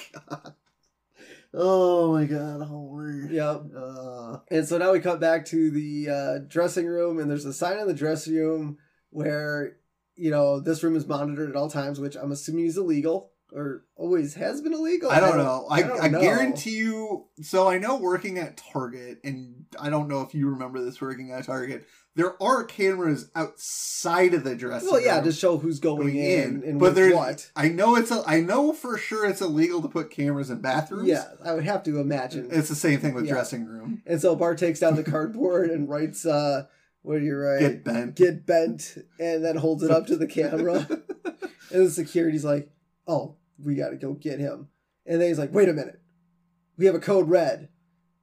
Speaker 2: oh my god, Homer.
Speaker 1: Yep.
Speaker 2: Uh,
Speaker 1: And so now we cut back to the uh, dressing room, and there's a sign in the dressing room where, you know, this room is monitored at all times, which I'm assuming is illegal or always has been illegal.
Speaker 2: I don't know. I,
Speaker 1: I don't
Speaker 2: I
Speaker 1: know.
Speaker 2: guarantee you. So I know working at Target, and I don't know if you remember this working at Target. There are cameras outside of the dressing
Speaker 1: Well, yeah,
Speaker 2: room
Speaker 1: to show who's going
Speaker 2: going
Speaker 1: in, and
Speaker 2: but
Speaker 1: with
Speaker 2: there's.
Speaker 1: what.
Speaker 2: I know it's. A, I know for sure it's illegal to put cameras in bathrooms.
Speaker 1: Yeah, I would have to imagine.
Speaker 2: It's the same thing with
Speaker 1: Yeah.
Speaker 2: dressing room.
Speaker 1: And so Bart takes down the cardboard and writes, uh, what do you write?
Speaker 2: Get bent.
Speaker 1: Get bent, and then holds it up to the
Speaker 2: *laughs*
Speaker 1: camera. and the security's like, oh, we gotta go get him. And then he's like, wait a minute. We have a code red.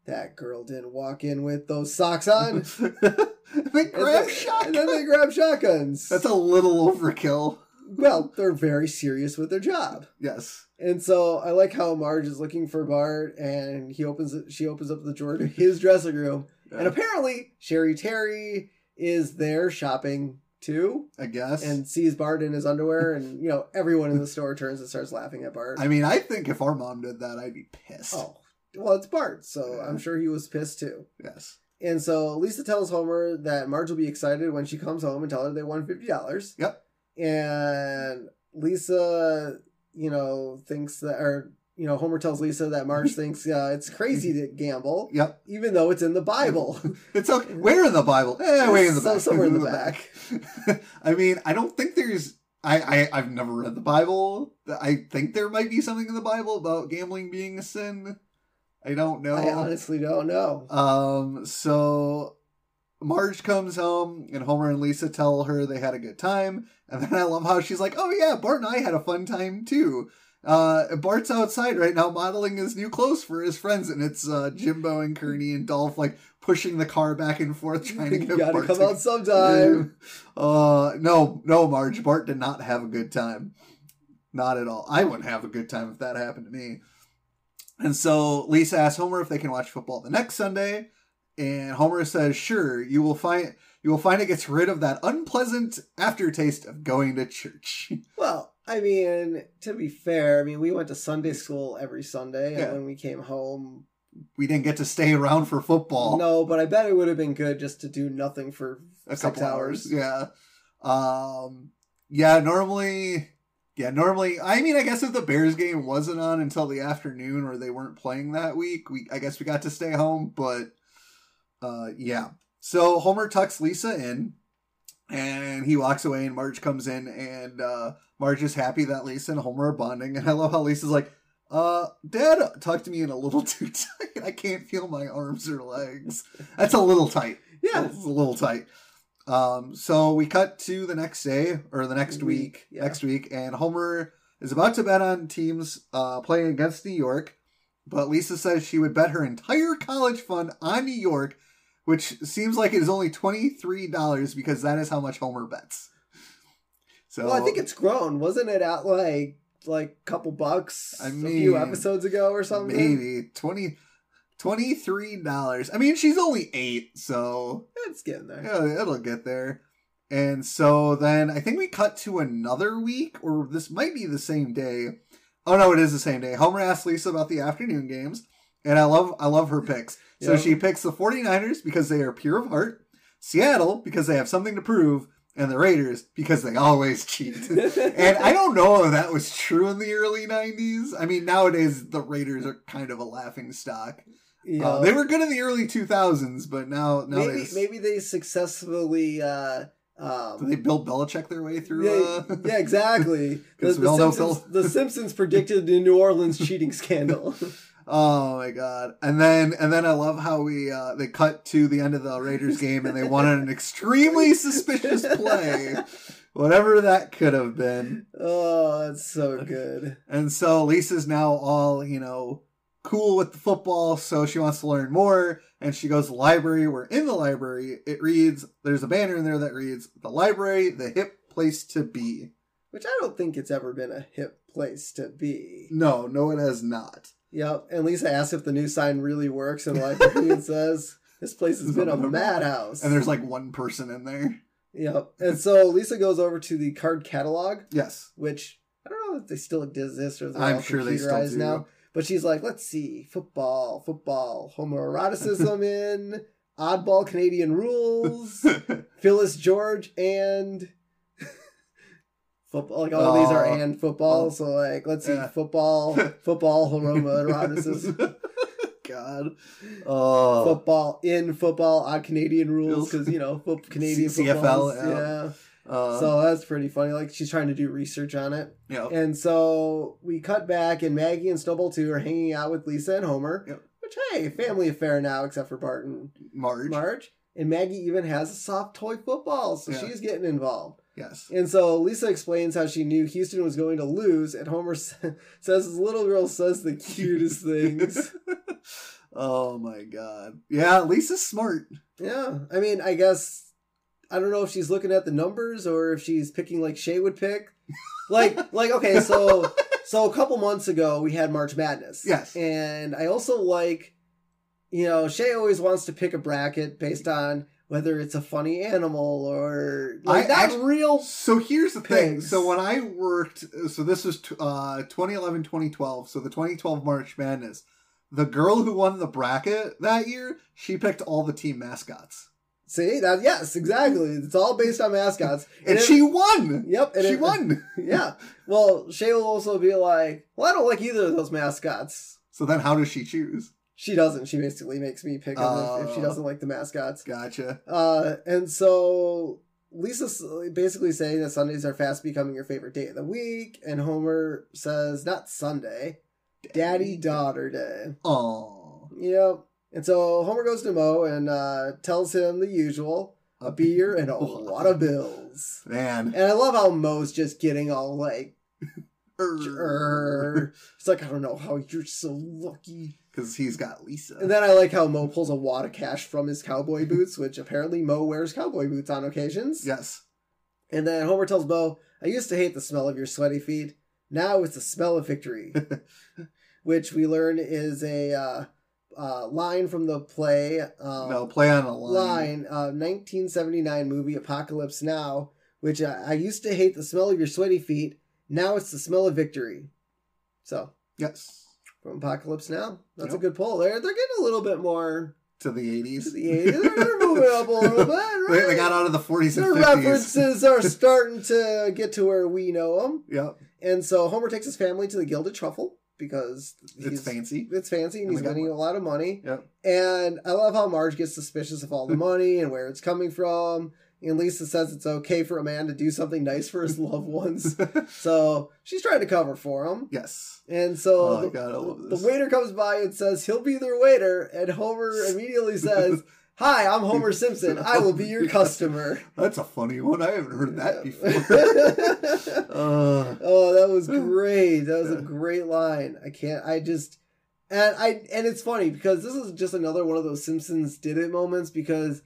Speaker 1: That girl didn't walk in with those socks
Speaker 2: *laughs*
Speaker 1: on.
Speaker 2: they
Speaker 1: And
Speaker 2: grab
Speaker 1: then-
Speaker 2: shotgun.
Speaker 1: And then they grab shotguns.
Speaker 2: That's a little overkill.
Speaker 1: well, they're very serious with their job.
Speaker 2: Yes.
Speaker 1: And so I like how Marge is looking for Bart, and he opens she opens up the door to his
Speaker 2: *laughs*
Speaker 1: dressing room, And apparently, Sherry Terry is there shopping too
Speaker 2: I guess.
Speaker 1: and sees Bart in his underwear. And, you know, everyone in the store turns and starts laughing at Bart.
Speaker 2: I mean, I think if our mom did that, I'd be pissed.
Speaker 1: oh, well, it's Bart, so
Speaker 2: Yeah.
Speaker 1: I'm sure he was pissed too.
Speaker 2: Yes.
Speaker 1: And so Lisa tells Homer that Marge will be excited when she comes home and tell her they won $50.
Speaker 2: Yep.
Speaker 1: And Lisa, you know, thinks that, or, you know, Homer tells Lisa that
Speaker 2: *laughs*
Speaker 1: Marge thinks uh, it's crazy to gamble,
Speaker 2: Yep.
Speaker 1: even though it's in the
Speaker 2: *laughs*
Speaker 1: Bible.
Speaker 2: It's okay. Where in the Bible? Eh, way in the
Speaker 1: So
Speaker 2: back.
Speaker 1: somewhere in the
Speaker 2: *laughs* back. *laughs* I mean, I don't think there's. I, I I've never read the Bible. I think there might be something in the Bible about gambling being a sin. I don't know.
Speaker 1: I honestly don't know.
Speaker 2: Um, so Marge comes home and Homer and Lisa tell her they had a good time. And then I love how she's like, Oh yeah, Bart and I had a fun time too. Uh, Bart's outside right now modeling his new clothes for his friends, and it's uh, Jimbo and Kearney and Dolph like pushing the car back and
Speaker 1: *laughs*
Speaker 2: forth trying to
Speaker 1: you
Speaker 2: get
Speaker 1: gotta
Speaker 2: Bart
Speaker 1: come
Speaker 2: to-
Speaker 1: out
Speaker 2: *laughs*
Speaker 1: sometime.
Speaker 2: Uh, no, no, Marge. Bart did not have a good time. Not at all. I wouldn't have a good time if that happened to me. And so Lisa asks Homer if they can watch football the next Sunday, and Homer says, "Sure, you will find you will find it gets rid of that unpleasant aftertaste of going to church." *laughs*
Speaker 1: Well, I mean, to be fair, I mean, we went to Sunday school every Sunday,
Speaker 2: Yeah.
Speaker 1: and when we came home,
Speaker 2: we didn't get to stay around for football.
Speaker 1: no, but I bet it would have been good just to do nothing for
Speaker 2: a
Speaker 1: six
Speaker 2: couple
Speaker 1: hours.
Speaker 2: hours. Yeah. Um yeah, normally yeah, normally I mean I guess if the Bears game wasn't on until the afternoon or they weren't playing that week, we I guess we got to stay home, but uh yeah. So Homer tucks Lisa in and he walks away and Marge comes in and uh Marge is happy that Lisa and Homer are bonding and I love how Lisa's like uh, Dad tucked me in a little *laughs* too tight. I can't feel my arms or legs. That's a little tight.
Speaker 1: Yeah.
Speaker 2: It's a little tight. Um, so we cut to the next day or the next
Speaker 1: Week,
Speaker 2: week,
Speaker 1: yeah.
Speaker 2: next week, and Homer is about to bet on teams uh, playing against New York, but Lisa says she would bet her entire college fund on New York, which seems like it is only twenty three dollars because that is how much Homer bets. So
Speaker 1: Well, I think it's grown, wasn't it? At like like a couple bucks
Speaker 2: I
Speaker 1: a few
Speaker 2: mean,
Speaker 1: episodes ago or something.
Speaker 2: maybe 20 23 dollars. I mean, she's only eight, so
Speaker 1: It's getting there.
Speaker 2: Yeah, it'll get there. And so then I think we cut to another week, or this might be the same day. Oh no, it is the same day. Homer asks Lisa about the afternoon games, And I love I love her picks. So
Speaker 1: Yeah.
Speaker 2: she picks the 49ers because they are pure of heart, Seattle because they have something to prove, and the Raiders because they always
Speaker 1: *laughs*
Speaker 2: cheat. and I oh, don't know if that was true in the early 90s. I mean, nowadays the Raiders are kind of a laughing stock.
Speaker 1: Yeah.
Speaker 2: Uh, they were good in the early 2000s, but now now
Speaker 1: maybe
Speaker 2: they,
Speaker 1: maybe they successfully uh
Speaker 2: do
Speaker 1: um
Speaker 2: they build Belichick their way through.
Speaker 1: yeah,
Speaker 2: uh,
Speaker 1: yeah, exactly. The,
Speaker 2: 'Cause we
Speaker 1: the,
Speaker 2: all know
Speaker 1: Simpsons,
Speaker 2: Phil.
Speaker 1: the Simpsons predicted the New Orleans cheating scandal.
Speaker 2: *laughs* Oh my god! And then and then I love how we uh, they cut to the end of the Raiders game and they wanted
Speaker 1: *laughs*
Speaker 2: an extremely *laughs* suspicious play, whatever that could have been.
Speaker 1: oh, that's so good.
Speaker 2: And so Lisa's now all you know cool with the football, so she wants to learn more. And she goes to the library. We're in the library. It reads there's a banner in there that reads the library, the hip place to be.
Speaker 1: Which I don't think it's ever been a hip place to be.
Speaker 2: No, no, it has not.
Speaker 1: Yep. And Lisa asks if the new sign really works, and
Speaker 2: *laughs*
Speaker 1: Librarian says, This place has been a madhouse.
Speaker 2: And there's like one person in there.
Speaker 1: Yep. And so Lisa goes over to the card catalog,
Speaker 2: Yes.
Speaker 1: which I don't know if they still exist or they're
Speaker 2: I'm
Speaker 1: all
Speaker 2: sure they still
Speaker 1: computerized
Speaker 2: do.
Speaker 1: now. But she's like, let's see, football, football,
Speaker 2: *laughs*
Speaker 1: homoeroticism in oddball Canadian rules, Phyllis George, and *laughs* football. Like all these are
Speaker 2: Aw.
Speaker 1: and football. So like, let's see,
Speaker 2: Yeah. *laughs*
Speaker 1: football, football, homoeroticism,
Speaker 2: God. Oh.
Speaker 1: football in football, odd Canadian rules because you know,
Speaker 2: *laughs*
Speaker 1: foot, Canadian
Speaker 2: CFL,
Speaker 1: football.
Speaker 2: yeah.
Speaker 1: yeah.
Speaker 2: Uh,
Speaker 1: So that's pretty funny. Like she's trying to do research on it.
Speaker 2: yeah.
Speaker 1: And so we cut back and Maggie and Snowball 2 are hanging out with Lisa and Homer.
Speaker 2: Yep.
Speaker 1: Which hey, family affair now except for Bart and
Speaker 2: Marge.
Speaker 1: Marge. And Maggie even has a soft toy football, so
Speaker 2: Yeah.
Speaker 1: she's getting involved.
Speaker 2: Yes.
Speaker 1: And so Lisa explains how she knew Houston was going to lose, and Homer *laughs* s- says his little girl says the cutest
Speaker 2: *laughs*
Speaker 1: things.
Speaker 2: oh my God. Yeah, Lisa's smart.
Speaker 1: Yeah, I mean, I guess I don't know if she's looking at the numbers or if she's picking like Shay would pick.
Speaker 2: *laughs*
Speaker 1: Like, like okay, so so a couple months ago we had March Madness.
Speaker 2: Yes.
Speaker 1: and I also like, you know, Shay always wants to pick a bracket based on whether it's a funny animal or like
Speaker 2: I
Speaker 1: that's
Speaker 2: act-
Speaker 1: real.
Speaker 2: So here's the thing.
Speaker 1: Pigs.
Speaker 2: So when I worked, so this was t- uh, 2011, 2012. So the 2012 March Madness. The girl who won the bracket that year, she picked all the team mascots.
Speaker 1: See that? Yes, exactly. It's all based on
Speaker 2: *laughs*
Speaker 1: mascots,
Speaker 2: And
Speaker 1: it-
Speaker 2: she won!
Speaker 1: Yep, and
Speaker 2: she
Speaker 1: it-
Speaker 2: won!
Speaker 1: *laughs* Yeah. Well, Shay will also be like, "Well, I don't like either of those mascots."
Speaker 2: So then how does she choose?
Speaker 1: She doesn't. She basically makes me pick them if, if she
Speaker 2: Oh.
Speaker 1: doesn't like the mascots.
Speaker 2: Gotcha.
Speaker 1: Uh, and so Lisa's basically saying that Sundays are fast becoming your favorite day of the week, and Homer says, not Sunday, Daddy Daughter Day.
Speaker 2: Aw.
Speaker 1: Yep. And so Homer goes to Mo and uh, tells him the usual a beer and a lot of bills.
Speaker 2: Man.
Speaker 1: And I love how Mo's just getting all like, "Grr." it's like, I don't know how you're so lucky.
Speaker 2: Because he's got Lisa.
Speaker 1: And then I like how Mo pulls a wad of cash from his cowboy boots, which apparently Mo wears cowboy boots on occasions.
Speaker 2: yes.
Speaker 1: And then Homer tells Mo, I used to hate the smell of your sweaty feet. Now it's the smell of victory. which we learn is a uh, uh, line from the play. Um,
Speaker 2: no, play on a line.
Speaker 1: line, uh, 1979 movie Apocalypse Now, which uh, I, I used to hate the smell of your sweaty feet. Now it's the smell of victory. So,
Speaker 2: Yes.
Speaker 1: from Apocalypse Now. That's
Speaker 2: Yep.
Speaker 1: a good poll. They're, they're getting a little bit more
Speaker 2: To the 80s.
Speaker 1: to the 80s. They're moving up a little bit, right?
Speaker 2: *laughs* they, they got out of the 40s
Speaker 1: Their
Speaker 2: and 50s.
Speaker 1: references are starting to get to where we know them.
Speaker 2: Yep.
Speaker 1: And so Homer takes his family to the Gilded Truffle because
Speaker 2: It's
Speaker 1: he's-
Speaker 2: fancy.
Speaker 1: It's fancy, and
Speaker 2: And
Speaker 1: he's
Speaker 2: they got
Speaker 1: winning a lot of money.
Speaker 2: Yep.
Speaker 1: And I love how Marge gets suspicious of all
Speaker 2: *laughs*
Speaker 1: the money and where it's coming from. And Lisa says it's okay for a man to do something nice for his loved
Speaker 2: *laughs*
Speaker 1: ones. so she's trying to cover for him.
Speaker 2: yes.
Speaker 1: And so
Speaker 2: Oh,
Speaker 1: the,
Speaker 2: God, I love
Speaker 1: the
Speaker 2: this.
Speaker 1: waiter comes by and says he'll be their waiter, and
Speaker 2: *laughs*
Speaker 1: Homer immediately says, "Hi, I'm Homer Simpson. I will be your customer."
Speaker 2: That's a funny one. I haven't *laughs* heard
Speaker 1: *laughs*
Speaker 2: that before.
Speaker 1: before.
Speaker 2: uh,
Speaker 1: *laughs* oh, that
Speaker 2: *laughs*
Speaker 1: was great. That was a great line. I can't. I just and I and it's funny because this is just another one of those Simpsons did it moments because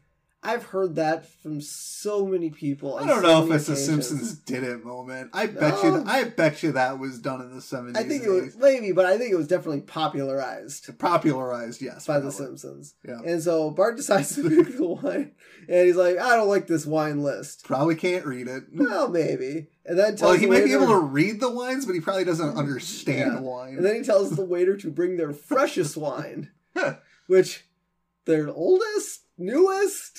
Speaker 1: I've heard that from so many people.
Speaker 2: I
Speaker 1: on
Speaker 2: don't
Speaker 1: so
Speaker 2: know if
Speaker 1: many
Speaker 2: it's a
Speaker 1: occasions.
Speaker 2: Simpsons did it moment. I bet you.
Speaker 1: No.
Speaker 2: I bet you that was done in the seventies.
Speaker 1: I think it was maybe, but I think it was definitely popularized
Speaker 2: popularized. Yes,
Speaker 1: by The
Speaker 2: probably.
Speaker 1: Simpsons.
Speaker 2: Yeah.
Speaker 1: And so Bart decides to pick the wine, and he's like, "I don't like this wine list."
Speaker 2: Probably can't read
Speaker 1: *laughs*
Speaker 2: it.
Speaker 1: Well, maybe. And then tells
Speaker 2: Well, he
Speaker 1: the
Speaker 2: might be able
Speaker 1: waiter-
Speaker 2: to read the wines, but he probably doesn't understand
Speaker 1: Yeah.
Speaker 2: wine.
Speaker 1: And then he tells the waiter to bring their freshest
Speaker 2: *laughs*
Speaker 1: wine, which their oldest, newest,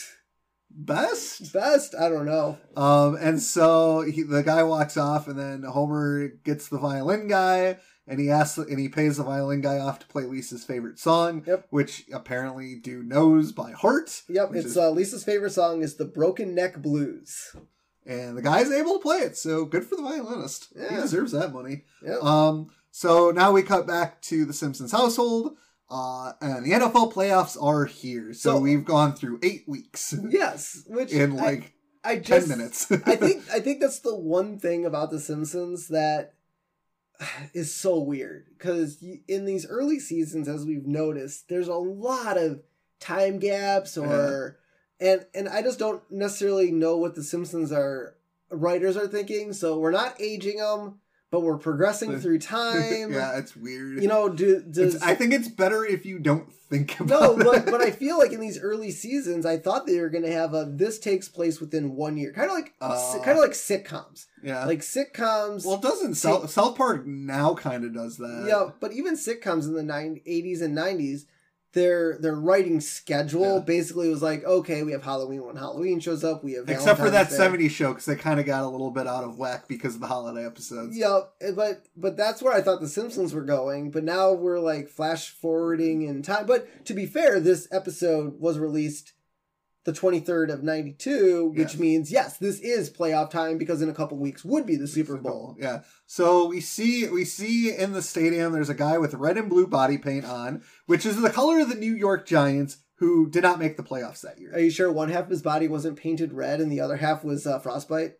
Speaker 2: Best.
Speaker 1: best, I don't know.
Speaker 2: Um, and so he, the guy walks off, and then Homer gets the violin guy, and he asks, and he pays the violin guy off to play Lisa's favorite song,
Speaker 1: Yep.
Speaker 2: which apparently Dude knows by heart.
Speaker 1: Yep,
Speaker 2: Which
Speaker 1: it's
Speaker 2: is-
Speaker 1: uh, Lisa's favorite song is the Broken Neck Blues.
Speaker 2: And the guy's able to play it, so good for the violinist. He
Speaker 1: Yeah.
Speaker 2: deserves that money.
Speaker 1: Yep.
Speaker 2: Um, so now we cut back to the Simpsons household, uh, and the NFL playoffs are here. So,
Speaker 1: So-
Speaker 2: we've gone through eight weeks
Speaker 1: yes, which
Speaker 2: in
Speaker 1: I-
Speaker 2: like
Speaker 1: I,
Speaker 2: ten
Speaker 1: just,
Speaker 2: minutes.
Speaker 1: I
Speaker 2: *laughs*
Speaker 1: think I think that's the one thing about The Simpsons that is so weird because in these early seasons, as we've noticed, there's a lot of time gaps
Speaker 2: Uh-huh.
Speaker 1: or and and I just don't necessarily know what The Simpsons are writers are thinking. So we're not aging them, but we're
Speaker 2: *laughs*
Speaker 1: progressing through time.
Speaker 2: yeah, it's weird.
Speaker 1: You know, do does
Speaker 2: It's- I think it's better if you don't think
Speaker 1: *laughs* no,
Speaker 2: about
Speaker 1: but
Speaker 2: it.
Speaker 1: but I feel like in these early seasons, I thought they were going to have a this takes place within one year, kind of like
Speaker 2: Uh.
Speaker 1: kind of like sitcoms,
Speaker 2: *laughs* yeah.
Speaker 1: like sitcoms.
Speaker 2: Uh, well, it doesn't South, South Park now kind of does that?
Speaker 1: yeah, but even sitcoms in the nine eighties and nineties, their their writing schedule
Speaker 2: Yeah.
Speaker 1: basically was like, okay, we have Halloween when Halloween shows up, we have
Speaker 2: Except for that
Speaker 1: Valentine's Day.
Speaker 2: 70s show because they kind of got a little bit out of whack because of the holiday episodes.
Speaker 1: Yeah, but but that's where I thought the Simpsons were going, but now we're like flash forwarding in time. But to be fair, this episode was released the 23rd of 92, which
Speaker 2: Yes.
Speaker 1: means yes, this is playoff time because in a couple weeks would be the Super Bowl.
Speaker 2: Yeah. So we see we see in the stadium there's a guy with red and blue body paint on, which is the color of the New York Giants who did not make the playoffs that year.
Speaker 1: Are you sure one half of his body wasn't painted red and the other half was uh, frostbite?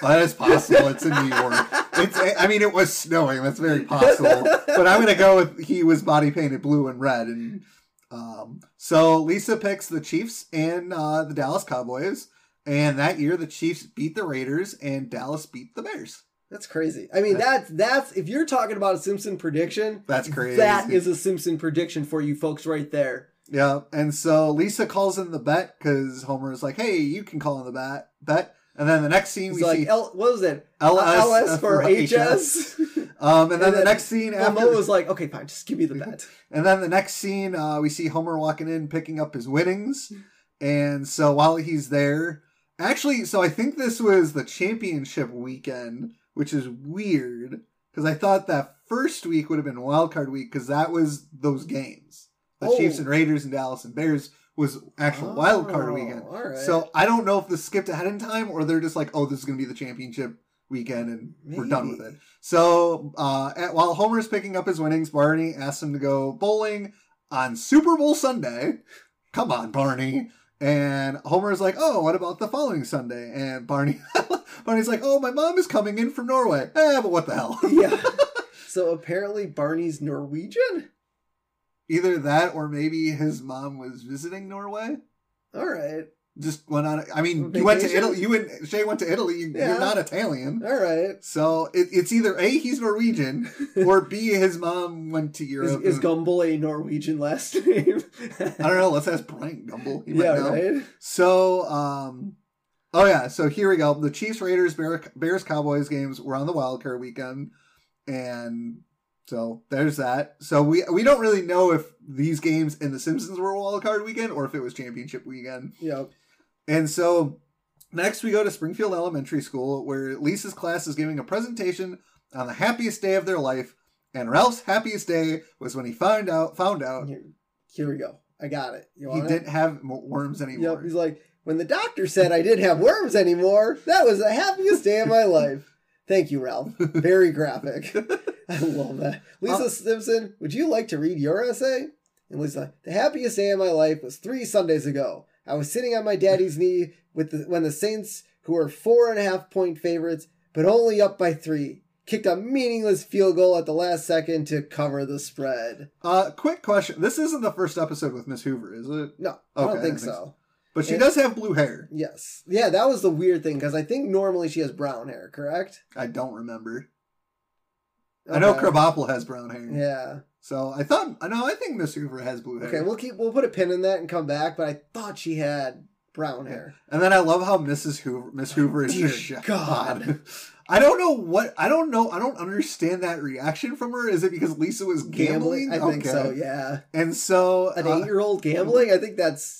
Speaker 2: Well, that is possible. It's in New *laughs* York. It's, I mean, it was snowing. That's
Speaker 1: *laughs*
Speaker 2: very possible. But I'm gonna go with he was body painted blue and red. And um, so Lisa picks the Chiefs and uh, the Dallas Cowboys. And that year, the Chiefs beat the Raiders and Dallas beat the Bears.
Speaker 1: That's crazy. I mean, that's that's if you're talking about a Simpson prediction,
Speaker 2: That's crazy.
Speaker 1: that is a Simpson prediction for you folks right there.
Speaker 2: Yeah, and so Lisa calls in the bet because Homer is like, "Hey, you can call in the bet." Bet, and then the next scene
Speaker 1: It's
Speaker 2: we
Speaker 1: like
Speaker 2: see
Speaker 1: L, what was it?
Speaker 2: LS,
Speaker 1: LS for
Speaker 2: HS.
Speaker 1: HS. *laughs*
Speaker 2: Um, and then
Speaker 1: And
Speaker 2: the
Speaker 1: then
Speaker 2: next scene
Speaker 1: And
Speaker 2: after,
Speaker 1: Mo was like, okay, fine, just give me the bet.
Speaker 2: and then the next scene uh, we see Homer walking in, picking up his winnings, and so while he's there, actually, so I think this was the championship weekend, which is weird because I thought that first week would have been wild card week because that was those games, the
Speaker 1: Oh.
Speaker 2: Chiefs and Raiders and Dallas and Bears was actual wild card
Speaker 1: Oh,
Speaker 2: weekend.
Speaker 1: All right.
Speaker 2: So I don't know if this skipped ahead in time or they're just like, oh, this is going to be the championship weekend and we're done with it.
Speaker 1: Maybe.
Speaker 2: So uh, at, while Homer's picking up his winnings, Barney asks him to go bowling on Super Bowl Sunday. Come on, Barney. And Homer's like, oh, what about the following Sunday? And Barney, *laughs* Barney's like, oh, my mom is coming in from Norway. Eh, but what the hell? *laughs*
Speaker 1: *laughs* yeah. So apparently Barney's Norwegian.
Speaker 2: Either that or maybe his mom was visiting Norway.
Speaker 1: All right.
Speaker 2: Just went on. I mean, you went to
Speaker 1: Vacation?
Speaker 2: Italy. You and Shay went to Italy. You,
Speaker 1: Yeah.
Speaker 2: You're not Italian.
Speaker 1: All right.
Speaker 2: So it, it's either A,
Speaker 1: *laughs*
Speaker 2: he's Norwegian, or B, his mom went to
Speaker 1: Is,
Speaker 2: Europe.
Speaker 1: is
Speaker 2: and-
Speaker 1: Gumbel a Norwegian last name?
Speaker 2: I don't know. Let's ask Brian Gumble. He
Speaker 1: *laughs*
Speaker 2: might
Speaker 1: yeah,
Speaker 2: know.
Speaker 1: right.
Speaker 2: So, um, oh yeah. So here we go. The Chiefs, Raiders, Bear, Bears, Cowboys games were on the wild card weekend, and so there's that. So we we don't really know if these games in the Simpsons were wild card weekend or if it was championship weekend.
Speaker 1: Yeah.
Speaker 2: And so next we go to Springfield Elementary School where Lisa's class is giving a presentation on the happiest day of their life. And Ralph's happiest day was when he found out found out
Speaker 1: Here, here we go. I got it. You
Speaker 2: he
Speaker 1: want it?
Speaker 2: didn't have m- worms anymore.
Speaker 1: Yep. He's like, when the doctor said I didn't have worms anymore, that was the happiest day of my life. Thank you, Ralph. Very
Speaker 2: *laughs*
Speaker 1: graphic. I love that. Lisa
Speaker 2: Uh,
Speaker 1: Simpson, would you like to read your essay? And Lisa's like, the happiest day of my life was three Sundays ago. I was sitting on my daddy's knee with the, when the Saints, who were four and a half point favorites, but only up by three, kicked a meaningless field goal at the last second to cover the spread.
Speaker 2: Uh, quick question: This isn't the first episode with Miss Hoover, is it?
Speaker 1: No, I don't
Speaker 2: Okay, I
Speaker 1: think
Speaker 2: think so.
Speaker 1: so.
Speaker 2: But she
Speaker 1: And-
Speaker 2: does have blue hair.
Speaker 1: Yes. Yeah, that was the weird thing because I think normally she has brown hair, correct?
Speaker 2: I don't remember. I know
Speaker 1: Okay.
Speaker 2: Krabappel has brown hair.
Speaker 1: Yeah.
Speaker 2: So I thought, I know, I think Miss Hoover has blue hair.
Speaker 1: Okay, we'll keep we'll put a pin in that and come back, but I thought she had brown hair.
Speaker 2: And then I love how Mrs. Hoover, Miss Hoover is
Speaker 1: Dear
Speaker 2: just shocked.
Speaker 1: God.
Speaker 2: *laughs* I don't know what I don't know. I don't understand that reaction from her. Is it because Lisa was gambling?
Speaker 1: I think so,
Speaker 2: Okay.
Speaker 1: yeah.
Speaker 2: And so,
Speaker 1: An
Speaker 2: uh,
Speaker 1: eight year old gambling? I think that's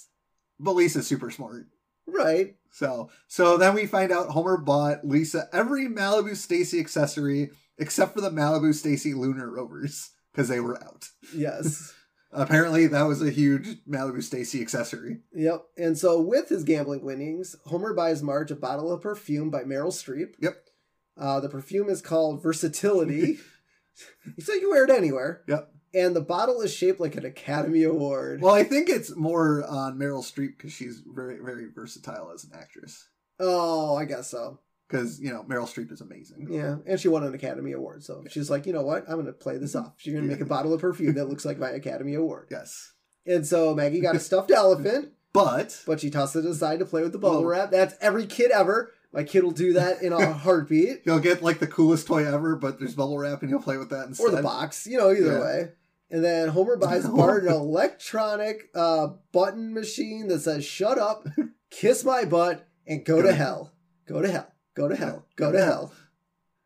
Speaker 2: but Lisa's super smart.
Speaker 1: right.
Speaker 2: So, so then we find out Homer bought Lisa every Malibu Stacy accessory except for the Malibu Stacy lunar rovers because they were out. *laughs*
Speaker 1: Yes.
Speaker 2: Apparently, that was a huge Malibu Stacy accessory.
Speaker 1: Yep. And so, with his gambling winnings, Homer buys Marge a bottle of perfume by Meryl Streep.
Speaker 2: Yep.
Speaker 1: Uh, the perfume is called
Speaker 2: *laughs*
Speaker 1: Versatility. *laughs* so, you can wear it anywhere.
Speaker 2: Yep.
Speaker 1: And the bottle is shaped like an Academy Award.
Speaker 2: Well, I think it's more on Meryl Streep because she's very, very versatile as an actress.
Speaker 1: oh, I guess so.
Speaker 2: Because you know Meryl Streep is amazing.
Speaker 1: Yeah. And she won an Academy Award. So, she's like, you know what? I'm going to play
Speaker 2: Mm-hmm.
Speaker 1: this off. She's going to make a bottle of perfume that looks like my Academy Award.
Speaker 2: Yes,
Speaker 1: And so, Maggie got a
Speaker 2: *laughs*
Speaker 1: stuffed elephant.
Speaker 2: but
Speaker 1: but she tosses it aside to play with the bubble
Speaker 2: Oh.
Speaker 1: wrap. That's every kid ever. My kid will do that in
Speaker 2: *laughs*
Speaker 1: a heartbeat.
Speaker 2: you'll get like the coolest toy ever. But there's bubble wrap, and you'll play with that instead.
Speaker 1: or the box, you know, either
Speaker 2: Yeah.
Speaker 1: way. And then Homer
Speaker 2: *laughs*
Speaker 1: buys
Speaker 2: No.
Speaker 1: Bart an electronic uh, button machine that says, shut up, kiss my butt, and go
Speaker 2: Go
Speaker 1: to
Speaker 2: to
Speaker 1: hell. Go to hell. Go to hell.
Speaker 2: Yeah.
Speaker 1: Go to
Speaker 2: *laughs*
Speaker 1: hell.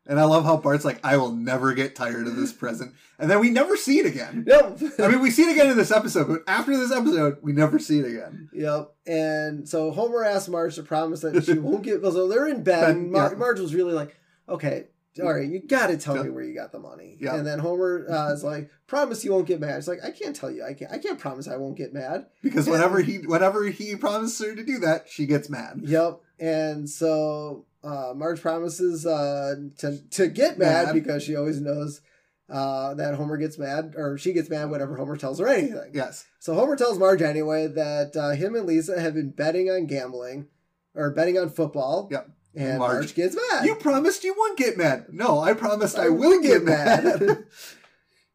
Speaker 2: And I love how Bart's like, "I will never get tired of this present," and then we never see it again.
Speaker 1: Yep.
Speaker 2: I mean, we see it again in this episode, but after this episode, we never see it again.
Speaker 1: yep. And so Homer asks Marge to promise that
Speaker 2: *laughs*
Speaker 1: she won't get. So they're in bed, and
Speaker 2: Ben,
Speaker 1: Mar-
Speaker 2: yeah.
Speaker 1: Marge was really like, okay, all right, you got to tell me where you got the money.
Speaker 2: Yeah.
Speaker 1: And then Homer uh, is like, promise you won't get mad. It's like, I can't tell you. I can't, I can't promise I won't get mad.
Speaker 2: Because whenever he, whenever he promises her to do that, she gets mad.
Speaker 1: Yep. And so uh, Marge promises uh, to, to get mad,
Speaker 2: Mad.
Speaker 1: because she always knows uh, that Homer gets mad or she gets mad whenever Homer tells her anything.
Speaker 2: Yes.
Speaker 1: So Homer tells Marge anyway that uh, him and Lisa have been betting on gambling or betting on football.
Speaker 2: Yep.
Speaker 1: And Marge,
Speaker 2: Marge-
Speaker 1: gets mad.
Speaker 2: You promised you wouldn't get mad. No, I promised I, will get mad. *laughs*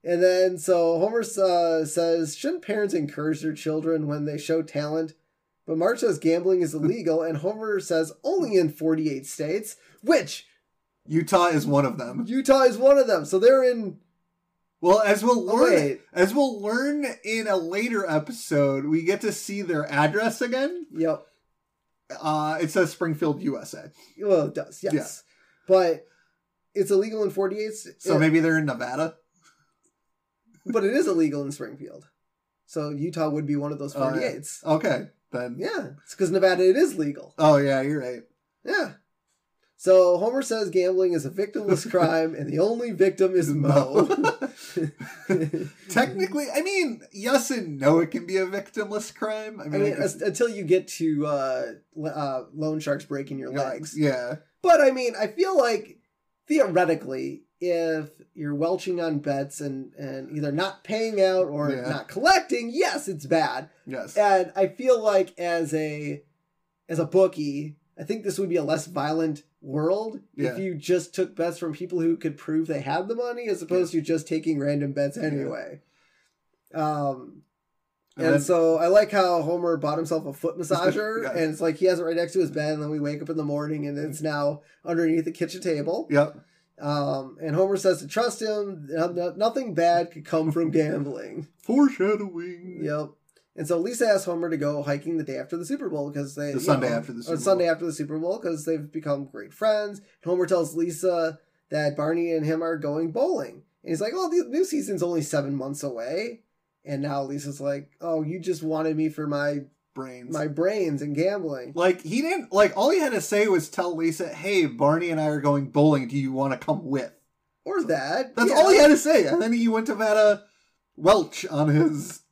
Speaker 1: and then so Homer uh, says, shouldn't parents encourage their children when they show talent? But Marge says gambling
Speaker 2: *laughs*
Speaker 1: is illegal, and Homer says only in 48 states,
Speaker 2: *laughs*
Speaker 1: which
Speaker 2: Utah is one of them.
Speaker 1: Utah is one of them. So they're in.
Speaker 2: Well, as we'll
Speaker 1: Oh,
Speaker 2: learn,
Speaker 1: wait.
Speaker 2: as we'll learn in a later episode, we get to see their address again.
Speaker 1: Yep.
Speaker 2: Uh, it says Springfield, USA.
Speaker 1: Well, it does. Yes. But it's illegal in 48 states.
Speaker 2: So maybe they're in Nevada.
Speaker 1: But it is illegal in Springfield. So Utah would be one of those
Speaker 2: Oh, yeah.
Speaker 1: 48s.
Speaker 2: Okay, then.
Speaker 1: Yeah. It's because Nevada, it is legal.
Speaker 2: Oh yeah,
Speaker 1: *laughs*
Speaker 2: you're right.
Speaker 1: Yeah. So Homer says gambling is a victimless crime, and the only victim is Mo.
Speaker 2: Technically, I mean, yes and no. It can be a victimless crime.
Speaker 1: *laughs*
Speaker 2: I
Speaker 1: I
Speaker 2: mean, *laughs*
Speaker 1: mean,
Speaker 2: it
Speaker 1: as- until you get to uh, le- uh, loan sharks breaking your
Speaker 2: could-
Speaker 1: legs.
Speaker 2: Yeah,
Speaker 1: But I mean, I feel like theoretically, if you're welching on bets and, and either not paying out or
Speaker 2: Yeah.
Speaker 1: not collecting, yes, it's bad.
Speaker 2: yes.
Speaker 1: And I feel like as a as a bookie, I think this would be a less violent world
Speaker 2: Yeah.
Speaker 1: if you just took bets from people who could prove they had the money as opposed to just taking random bets anyway. Um and,
Speaker 2: And then-
Speaker 1: so I like how Homer bought himself a foot massager,
Speaker 2: Yeah.
Speaker 1: and it's like he has it right next to his bed. And then we wake up in the morning, and it's now underneath the kitchen table.
Speaker 2: Yep.
Speaker 1: Um, and Homer says to trust him; no- no- nothing bad could come from gambling.
Speaker 2: Foreshadowing.
Speaker 1: yep. And so Lisa asks Homer to go hiking the day after the Super Bowl because they
Speaker 2: The
Speaker 1: you
Speaker 2: Sunday after the
Speaker 1: or
Speaker 2: Super
Speaker 1: Sunday
Speaker 2: Bowl.
Speaker 1: after the Super Bowl because they've become great friends. Homer tells Lisa that Barney and him are going bowling, and he's like, "Oh, the new season's only seven months away." And now Lisa's like, "Oh, you just wanted me for my
Speaker 2: Brains.
Speaker 1: my brains and gambling.
Speaker 2: Like he didn't like all he had to say was tell Lisa, "Hey, Barney and I are going bowling. Do you want to come with?"
Speaker 1: Or that.
Speaker 2: That's
Speaker 1: yeah.
Speaker 2: all he had to say. And then he went to Vada Welch on his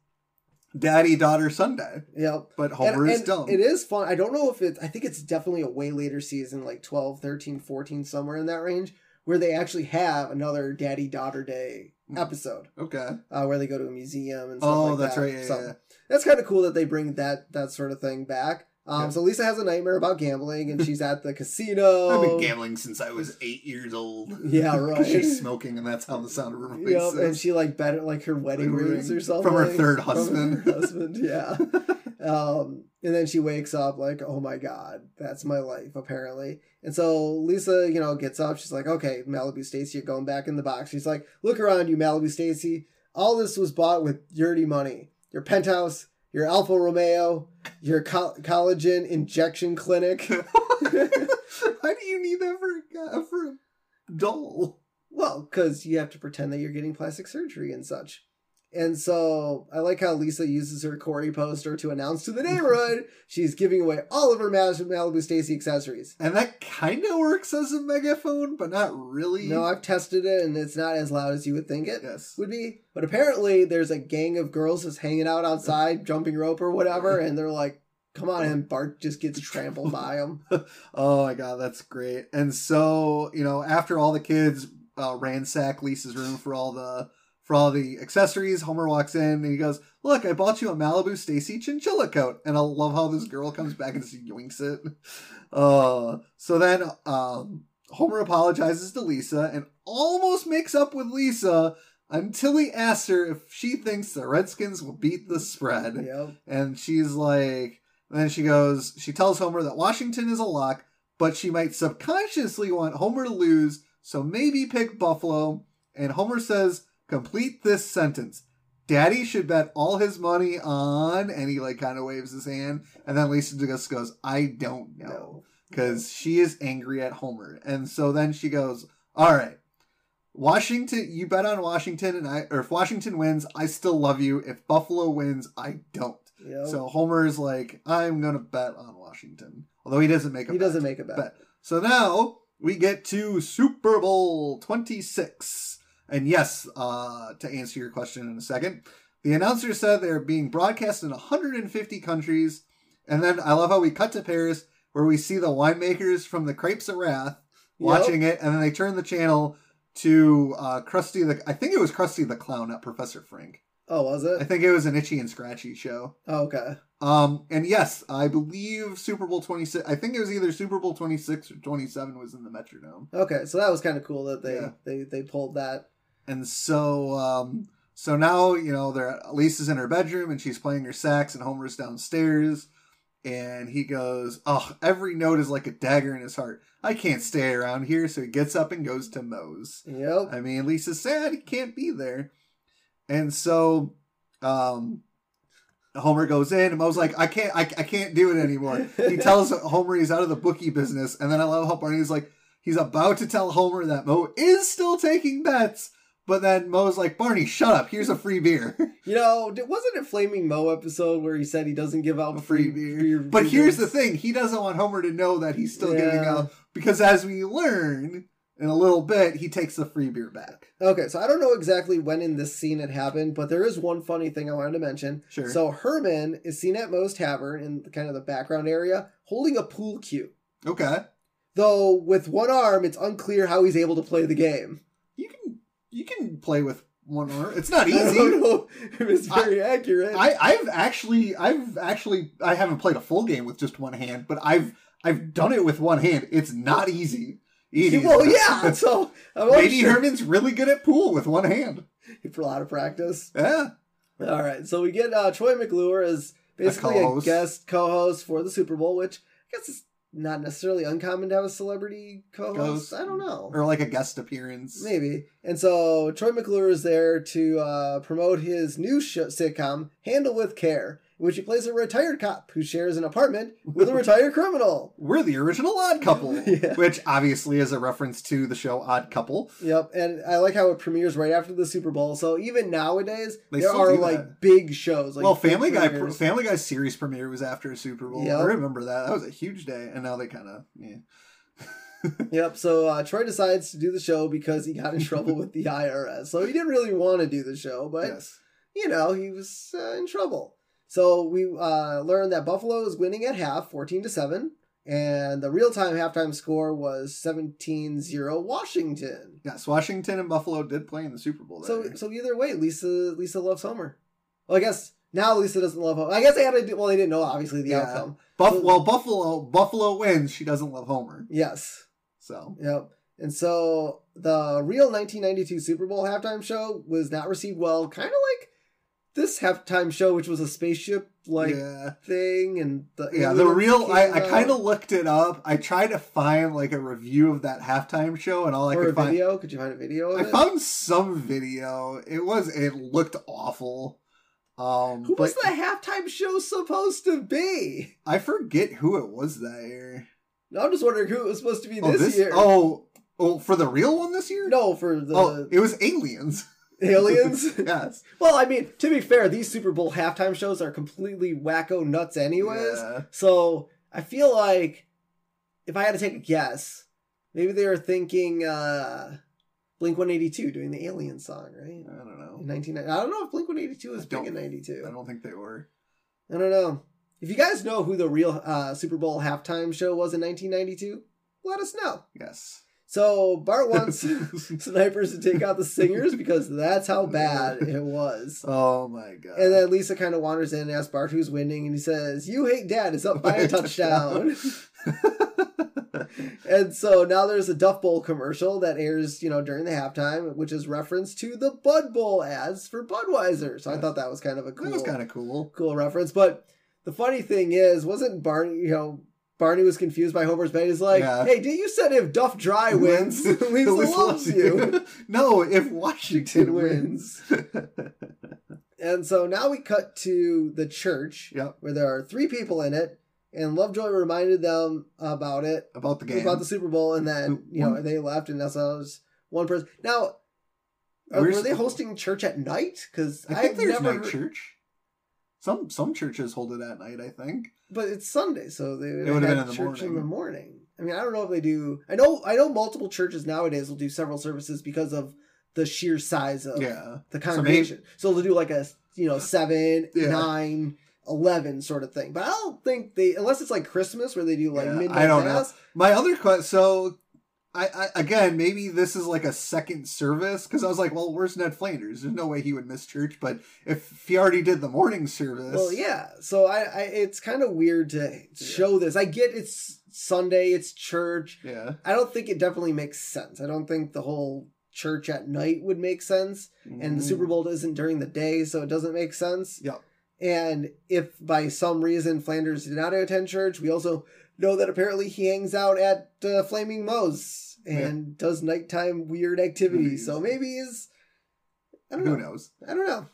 Speaker 2: daddy daughter Sunday.
Speaker 1: Yep.
Speaker 2: But
Speaker 1: And-
Speaker 2: Homer is
Speaker 1: and
Speaker 2: dumb.
Speaker 1: It is fun. I don't know if it's, I think it's definitely a way later season, like 12, 13, 14, somewhere in that range, where they actually have another daddy daughter day
Speaker 2: Hmm.
Speaker 1: episode
Speaker 2: Okay.
Speaker 1: uh, where they go to a museum and stuff
Speaker 2: Oh,
Speaker 1: like
Speaker 2: that's
Speaker 1: that.
Speaker 2: right. Yeah,
Speaker 1: so
Speaker 2: yeah.
Speaker 1: that's kind of cool that they bring that that sort of thing back. Um,
Speaker 2: Yeah.
Speaker 1: So Lisa has a nightmare about gambling and she's
Speaker 2: *laughs*
Speaker 1: at the casino.
Speaker 2: I've been gambling since I was eight years old.
Speaker 1: Yeah,
Speaker 2: *laughs* 'Cause
Speaker 1: right.
Speaker 2: She's smoking, and that's how the sound of her voice
Speaker 1: Yep,
Speaker 2: is.
Speaker 1: *laughs* and she like better like her wedding
Speaker 2: Wedding
Speaker 1: rings or
Speaker 2: ring
Speaker 1: something
Speaker 2: from her third
Speaker 1: From her
Speaker 2: husband. *laughs*
Speaker 1: husband, yeah. Um, and then she wakes up like, oh my god, that's my life apparently. And so Lisa, you know, gets up. She's like, okay, Malibu Stacy, you're going back in the box. She's like, look around you, Malibu Stacy. All this was bought with dirty money. Your penthouse, your Alfa Romeo, your coll- collagen injection
Speaker 2: *laughs*
Speaker 1: clinic.
Speaker 2: *laughs* Why do you need that for a, guy- for a doll?
Speaker 1: Well, because you have to pretend that you're getting plastic surgery and such. And so I like how Lisa uses her Corey poster to announce
Speaker 2: *laughs*
Speaker 1: to the neighborhood she's giving away all of her Mal- Malibu Stacy accessories.
Speaker 2: And that kind of works as a megaphone, but not really.
Speaker 1: No, I've tested it and it's not as loud as you would think it
Speaker 2: yes.
Speaker 1: would be. But apparently, there's a gang of girls just hanging out
Speaker 2: *laughs*
Speaker 1: outside, jumping rope or whatever, and they're like, come on, and Bart just
Speaker 2: *laughs*
Speaker 1: gets trampled by them.
Speaker 2: Oh my god, that's great. And so, you know, after all the kids uh, ransack Lisa's room for all the for all the accessories, Homer walks in and he goes, "Look, I bought you a Malibu Stacy chinchilla coat." And I love how this girl comes back and just yoinks it. *laughs* Uh, so then um, Homer apologizes to Lisa and almost makes up with Lisa until he asks her if she thinks the Redskins will beat the spread
Speaker 1: Yep.
Speaker 2: and she's like then she goes she tells homer that washington is a lock but she might subconsciously want homer to lose so maybe pick buffalo and homer says complete this sentence daddy should bet all his money on and he like kind of waves his hand and then lisa just goes i don't know because she is angry at homer and so then she goes all right Washington, you bet on Washington, and I, or if Washington wins, I still love you. If Buffalo wins, I don't.
Speaker 1: Yep.
Speaker 2: So Homer's like, I'm gonna bet on Washington. Although he doesn't make a
Speaker 1: he
Speaker 2: bet.
Speaker 1: doesn't make a bet.
Speaker 2: Bet. So now we get to Super Bowl 26. And yes, uh, to answer your question in a second, the announcer said they're being broadcast in 150 countries. And then I love how we cut to Paris, where we see the winemakers from the Crepes of Wrath watching it, and then they turn the channel to uh, Krusty the. I think it was Krusty the Clown, not Professor Frank.
Speaker 1: Oh, was
Speaker 2: I
Speaker 1: it?
Speaker 2: think it was an Itchy and Scratchy show.
Speaker 1: Oh, okay.
Speaker 2: Um, and yes, I believe Super Bowl 26, I think it was either Super Bowl 26 or 27 was in the Metrodome.
Speaker 1: Okay, so that was kind of cool that they,
Speaker 2: Yeah.
Speaker 1: they, they pulled that.
Speaker 2: And so, um, so now, you know, they're, Lisa's in her bedroom and she's playing her sax and Homer's downstairs. And he goes, Oh, every note is like a dagger in his heart. I can't stay around here. So he gets up and goes to Moe's.
Speaker 1: Yep.
Speaker 2: I mean, Lisa's sad. He can't be there. And so, um, Homer goes in, and Mo's like, "I can't, I, I can't do it anymore." *laughs* He tells Homer he's out of the bookie business, and then I love how Barney's like, he's about to tell Homer that Mo is still taking bets, but then Mo's like, "Barney, shut up. Here's a free beer." *laughs*
Speaker 1: You know, d- wasn't it Flaming Mo episode where he said he doesn't give out
Speaker 2: free
Speaker 1: free,
Speaker 2: beer.
Speaker 1: beer-
Speaker 2: But
Speaker 1: free
Speaker 2: here's the
Speaker 1: drinks?
Speaker 2: thing: he doesn't want Homer to know that he's still giving
Speaker 1: Yeah.
Speaker 2: out because, as we learn in a little bit, he takes the free beer back.
Speaker 1: Okay, so I don't know exactly when in this scene it happened, but there is one funny thing I wanted to mention.
Speaker 2: Sure.
Speaker 1: So Herman is seen at Moe's Tavern in kind of the background area holding a pool cue.
Speaker 2: okay.
Speaker 1: Though with one arm, it's unclear how he's able to play the game. *laughs*
Speaker 2: You can you can play with one arm. It's
Speaker 1: *laughs*
Speaker 2: not
Speaker 1: I don't
Speaker 2: easy.
Speaker 1: know if it's very accurate.
Speaker 2: I, I've actually I've actually I haven't played a full game with just one hand, but I've I've done it with one hand. It's not easy. It is
Speaker 1: well,
Speaker 2: not.
Speaker 1: yeah. Oh, So I'm
Speaker 2: Maybe
Speaker 1: unsure.
Speaker 2: Herman's really good at pool with one hand.
Speaker 1: *laughs* for a lot of practice.
Speaker 2: Yeah.
Speaker 1: All right, so we get uh, Troy McClure as basically a,
Speaker 2: co-host.
Speaker 1: guest co-host for the Super Bowl, which I guess is not necessarily uncommon to have a celebrity co-host.
Speaker 2: Ghost.
Speaker 1: I don't know,
Speaker 2: Or like a guest appearance.
Speaker 1: maybe. And so Troy McClure is there to uh, promote his new sh- sitcom, Handle with Care, in which he plays a retired cop who shares an apartment with
Speaker 2: *laughs*
Speaker 1: a retired criminal.
Speaker 2: We're the original odd couple.
Speaker 1: *laughs* Yeah.
Speaker 2: Which obviously is a reference to the show Odd Couple.
Speaker 1: Yep, and I like how it premieres right after the Super Bowl. So even nowadays,
Speaker 2: They
Speaker 1: there
Speaker 2: still
Speaker 1: are
Speaker 2: do
Speaker 1: like
Speaker 2: that.
Speaker 1: big shows. Like
Speaker 2: well,
Speaker 1: big
Speaker 2: Family Guy
Speaker 1: premieres.
Speaker 2: Family Guy's series premiere was after a Super Bowl.
Speaker 1: Yep.
Speaker 2: I remember that. That was a huge day. And now they kinda yeah.
Speaker 1: Yep. So uh, Troy decides to do the show because he got in
Speaker 2: *laughs*
Speaker 1: trouble with the IRS. So he didn't really want to do the show, but
Speaker 2: yes.
Speaker 1: you know he was uh, in trouble. So we uh, learned that Buffalo is winning at half, fourteen to seven, and the real-time halftime score was 17-0 Washington.
Speaker 2: Yes, Washington and Buffalo did play in the Super Bowl. That
Speaker 1: So
Speaker 2: year.
Speaker 1: so either way, Lisa Lisa loves Homer. Well, I guess now Lisa doesn't love Homer. I guess they had to. do- Well, they didn't know obviously the
Speaker 2: Yeah.
Speaker 1: outcome.
Speaker 2: Buff- well, Buffalo Buffalo wins. She doesn't love Homer,
Speaker 1: Yes.
Speaker 2: so
Speaker 1: Yep. And so the real 1992 Super Bowl halftime show was not received well, kind of like this halftime show, which was a spaceship like
Speaker 2: yeah,
Speaker 1: thing, and the
Speaker 2: yeah. The
Speaker 1: aliens
Speaker 2: real.
Speaker 1: came
Speaker 2: I, I
Speaker 1: out,
Speaker 2: kind of looked it up. I tried to find like a review of that halftime show, and all I
Speaker 1: or a
Speaker 2: could find.
Speaker 1: video. Could you find a video of
Speaker 2: I
Speaker 1: it?
Speaker 2: found some video. It was. It looked awful. Um,
Speaker 1: Who
Speaker 2: but
Speaker 1: was the halftime show supposed to be?
Speaker 2: I forget who it was that year.
Speaker 1: No, I'm just wondering who it was supposed to be
Speaker 2: oh,
Speaker 1: this, year.
Speaker 2: Oh, oh, for the real one this year?
Speaker 1: no, for the
Speaker 2: oh, it was aliens. *laughs*
Speaker 1: aliens. *laughs*
Speaker 2: yes.
Speaker 1: well, I mean, to be fair, these Super Bowl halftime shows are completely wacko nuts, anyways.
Speaker 2: Yeah.
Speaker 1: So I feel like if I had to take a guess, maybe they were thinking uh, Blink 182 doing the Alien song, right?
Speaker 2: I don't know.
Speaker 1: In 1990. I don't know if Blink 182 was
Speaker 2: I don't-
Speaker 1: big in
Speaker 2: I
Speaker 1: 92.
Speaker 2: don't think they were.
Speaker 1: I don't know. If you guys know who the real uh, Super Bowl halftime show was in 1992, let us know.
Speaker 2: Yes.
Speaker 1: So Bart
Speaker 2: *laughs*
Speaker 1: wants *laughs* snipers to take out the singers because that's how bad it was.
Speaker 2: oh my god.
Speaker 1: And then Lisa kind of wanders in and asks Bart who's winning, and he says, "You hate Dad. It's
Speaker 2: *laughs*
Speaker 1: up by a touchdown." *laughs* And so now there's a Duff Bowl commercial that airs, you know, during the halftime, which is reference to the Bud Bowl ads for Budweiser. So I
Speaker 2: Yes.
Speaker 1: thought that was kind of a
Speaker 2: That
Speaker 1: cool,
Speaker 2: was kind of cool.
Speaker 1: cool reference. But the funny thing is, wasn't Barney, you know, Barney was confused by Homer's bet. He's like,
Speaker 2: Yeah.
Speaker 1: hey, did you said if Duff Dry *laughs* wins, Lisa, loves you.
Speaker 2: *laughs* no, if
Speaker 1: *laughs*
Speaker 2: Washington
Speaker 1: Washington
Speaker 2: wins. *laughs*
Speaker 1: And so now we cut to the church
Speaker 2: yep.
Speaker 1: where there are three people in it. And Lovejoy reminded them about it
Speaker 2: About the game.
Speaker 1: about the Super Bowl, and then you know
Speaker 2: One-
Speaker 1: they left, and that's how it was one person. Now, uh,
Speaker 2: We're
Speaker 1: were they
Speaker 2: s-
Speaker 1: hosting church at night? Because
Speaker 2: I think
Speaker 1: I've
Speaker 2: there's
Speaker 1: never,
Speaker 2: night
Speaker 1: heard-
Speaker 2: church. Some some churches hold it at night. I think.
Speaker 1: but it's Sunday, so they would
Speaker 2: It
Speaker 1: have
Speaker 2: would've
Speaker 1: had
Speaker 2: been in the
Speaker 1: church in
Speaker 2: morning.
Speaker 1: the morning. I mean, I don't know if they do. I know, I know, multiple churches nowadays will do several services because of the sheer size of
Speaker 2: Yeah.
Speaker 1: the
Speaker 2: maybe-
Speaker 1: congregation. So, they'll do like a you know seven,
Speaker 2: Yeah.
Speaker 1: nine, eleven sort of thing. But I don't think they, unless it's like Christmas where they do like
Speaker 2: Yeah, I
Speaker 1: midnight
Speaker 2: don't know.
Speaker 1: mass.
Speaker 2: My other question. So, I, I again maybe this is like a second service because I was like, well, where's Ned Flanders? There's no way he would miss church. But if he already did the morning service,
Speaker 1: Well, yeah. So I, I it's kind of weird to show this. I get it's Sunday, it's church.
Speaker 2: yeah.
Speaker 1: I don't think it definitely makes sense. I don't think the whole church at night would make sense, and the
Speaker 2: Mm.
Speaker 1: Super Bowl isn't during the day, so it doesn't make sense.
Speaker 2: Yep.
Speaker 1: And if by some reason Flanders did not attend church, we also know that apparently he hangs out at uh, Flaming Moe's and does nighttime weird activities. So maybe he's I don't know.
Speaker 2: Who knows?
Speaker 1: I don't know.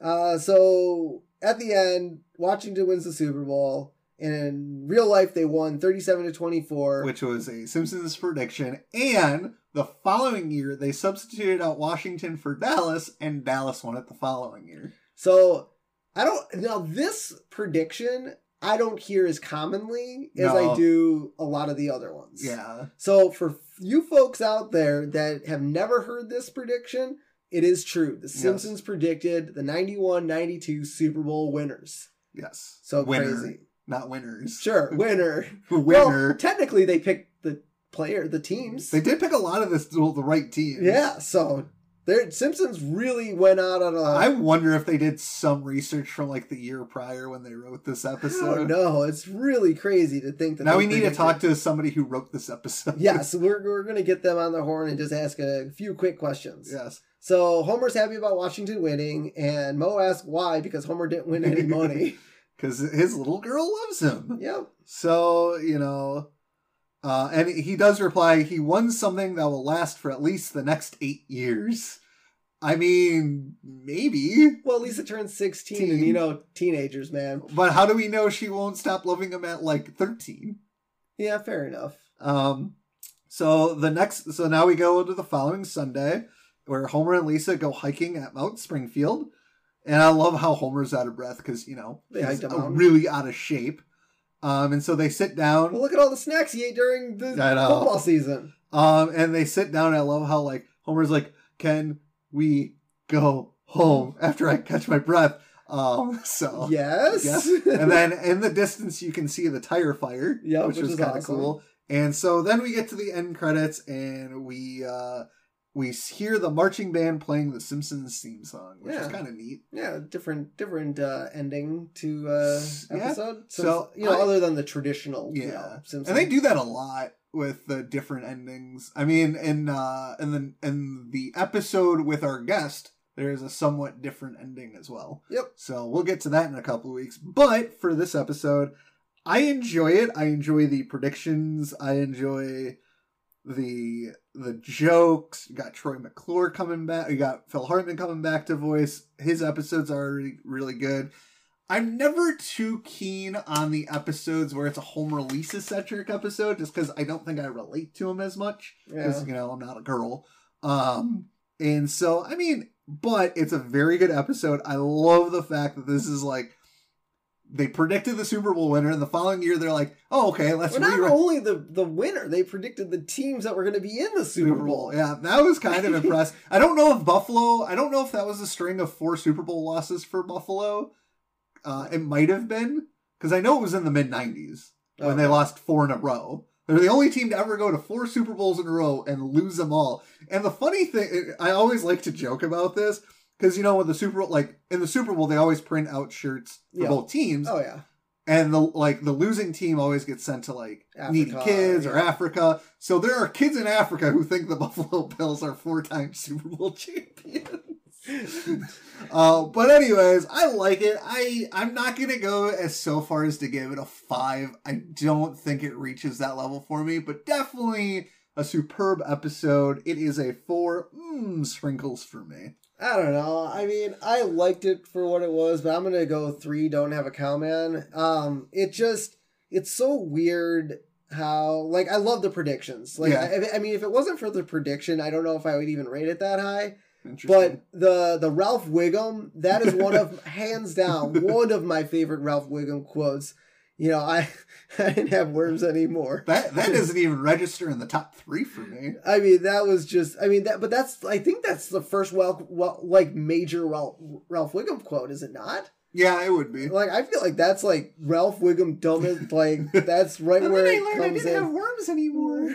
Speaker 1: Uh, so at the end, Washington wins the Super Bowl, and in real life, they won thirty-seven to twenty-four.
Speaker 2: Which was a Simpsons prediction, and the following year they substituted out Washington for Dallas, and Dallas won it the following year.
Speaker 1: so I don't now this prediction I don't hear as commonly as I
Speaker 2: No.
Speaker 1: do a lot of the other ones.
Speaker 2: Yeah,
Speaker 1: So for you folks out there that have never heard this prediction, it is true. The
Speaker 2: Yes.
Speaker 1: Simpsons predicted the 91-92 Super Bowl winners.
Speaker 2: yes.
Speaker 1: So
Speaker 2: Winner,
Speaker 1: crazy.
Speaker 2: not winners.
Speaker 1: Sure, winner.
Speaker 2: *laughs* winner.
Speaker 1: Well, technically, they picked the player, the teams.
Speaker 2: They did pick a lot of this well, the right teams.
Speaker 1: yeah, so their Simpsons really went out on a. *gasps*
Speaker 2: I wonder if they did some research from like the year prior when they wrote this episode.
Speaker 1: no, it's really crazy to think that.
Speaker 2: Now
Speaker 1: they
Speaker 2: we need to
Speaker 1: predicted-
Speaker 2: talk to somebody who wrote this episode.
Speaker 1: Yeah, so we're, we're going to get them on the horn and just ask a few quick questions.
Speaker 2: *laughs* Yes.
Speaker 1: So Homer's happy about Washington winning, and Mo asks why because Homer didn't win any
Speaker 2: *laughs*
Speaker 1: money.
Speaker 2: Because his little girl loves him.
Speaker 1: yeah,
Speaker 2: So, you know, uh, and he does reply, he won something that will last for at least the next eight years. I mean, maybe.
Speaker 1: well, Lisa turns 16, and you know, teenagers, man.
Speaker 2: But how do we know she won't stop loving him at like 13?
Speaker 1: Yeah, fair enough.
Speaker 2: Um, so the next, so now we go to the following Sunday, where Homer and Lisa go hiking at Mount Springfield, and I love how Homer's out of breath because you know
Speaker 1: They
Speaker 2: he's
Speaker 1: hiked a mountain.
Speaker 2: really out of shape. Um, and so they sit down. uh,
Speaker 1: Well, look at all the snacks he ate during the
Speaker 2: I know.
Speaker 1: football season.
Speaker 2: Um, and they sit down. And I love how like Homer's like, "Can we go home after I catch my breath?" Um, so
Speaker 1: *laughs* Yes.
Speaker 2: Yes. and then in the distance you can see the tire fire,
Speaker 1: Yeah,
Speaker 2: which,
Speaker 1: which
Speaker 2: was
Speaker 1: is
Speaker 2: kind of
Speaker 1: awesome.
Speaker 2: cool. And so then we get to the end credits, and we uh, we hear the marching band playing the Simpsons theme song, which is
Speaker 1: Yeah.
Speaker 2: kind of neat.
Speaker 1: yeah different different uh ending to uh
Speaker 2: Yeah.
Speaker 1: episode
Speaker 2: So,
Speaker 1: you know
Speaker 2: I-
Speaker 1: other than the traditional you
Speaker 2: Yeah.
Speaker 1: know, Simpsons.
Speaker 2: And they do that a lot with the different endings. I mean, in uh, in the in the episode with our guest, there is a somewhat different ending as well.
Speaker 1: Yep.
Speaker 2: So we'll get to that in a couple of weeks. But for this episode, I enjoy it. I enjoy the predictions. I enjoy the the jokes. You got Troy McClure coming back. You got Phil Hartman coming back to voice. His episodes are really, really good. I'm never too keen on the episodes where it's a home releases centric episode, just because I don't think I relate to them as much. Because
Speaker 1: Yeah.
Speaker 2: you know I'm not a girl. Um, and so I mean, but it's a very good episode. I love the fact that this is like they predicted the Super Bowl winner, and the following year they're like, oh okay, let's
Speaker 1: well, not
Speaker 2: rewrite.
Speaker 1: only the the winner, they predicted the teams that were going to be in the Super Bowl.
Speaker 2: Yeah, that was kind of impressive. I don't know if Buffalo. I don't know if that was a string of four Super Bowl losses for Buffalo. Uh, it might have been because I know it was in the mid '90s when they
Speaker 1: Okay.
Speaker 2: lost four in a row. They're the only team to ever go to four Super Bowls in a row and lose them all. And the funny thing, I always like to joke about this because you know when the Super Bowl, like in the Super Bowl, they always print out shirts for
Speaker 1: Yeah.
Speaker 2: both teams
Speaker 1: Oh
Speaker 2: *laughs*
Speaker 1: yeah,
Speaker 2: and the like the losing team always gets sent to like needy
Speaker 1: Africa,
Speaker 2: kids or
Speaker 1: yeah.
Speaker 2: Africa. So there are kids in Africa who think the *laughs* Buffalo Bills are four-time Super Bowl *laughs* champions. uh, but anyways, I like it. I I'm not gonna go as so far as to give it a five. I don't think it reaches that level for me, but definitely a superb episode. It is a four mm, sprinkles for me.
Speaker 1: I don't know. I mean, I liked it for what it was, but I'm going to go three. Don't have a cow, man. Um, it just it's so weird how like I love the predictions. Like
Speaker 2: Yeah.
Speaker 1: I, I mean, if it wasn't for the prediction, I don't know if I would even rate it that high.
Speaker 2: Interesting.
Speaker 1: But the the Ralph Wiggum, that is one of *laughs* hands down one of my favorite Ralph Wiggum quotes. You know, I *laughs* I didn't have worms anymore. *laughs*
Speaker 2: that that doesn't even register in the top three for me.
Speaker 1: I mean, that was just I mean that, but that's I think that's the first well, well like major Ralph Ralph Wiggum quote, is it not?
Speaker 2: Yeah, it would be.
Speaker 1: Like I feel like that's like Ralph Wiggum dumbest.
Speaker 2: *laughs*
Speaker 1: Like that's right
Speaker 2: And
Speaker 1: where
Speaker 2: then I
Speaker 1: it
Speaker 2: learned I
Speaker 1: comes
Speaker 2: didn't
Speaker 1: in.
Speaker 2: have worms *laughs* anymore.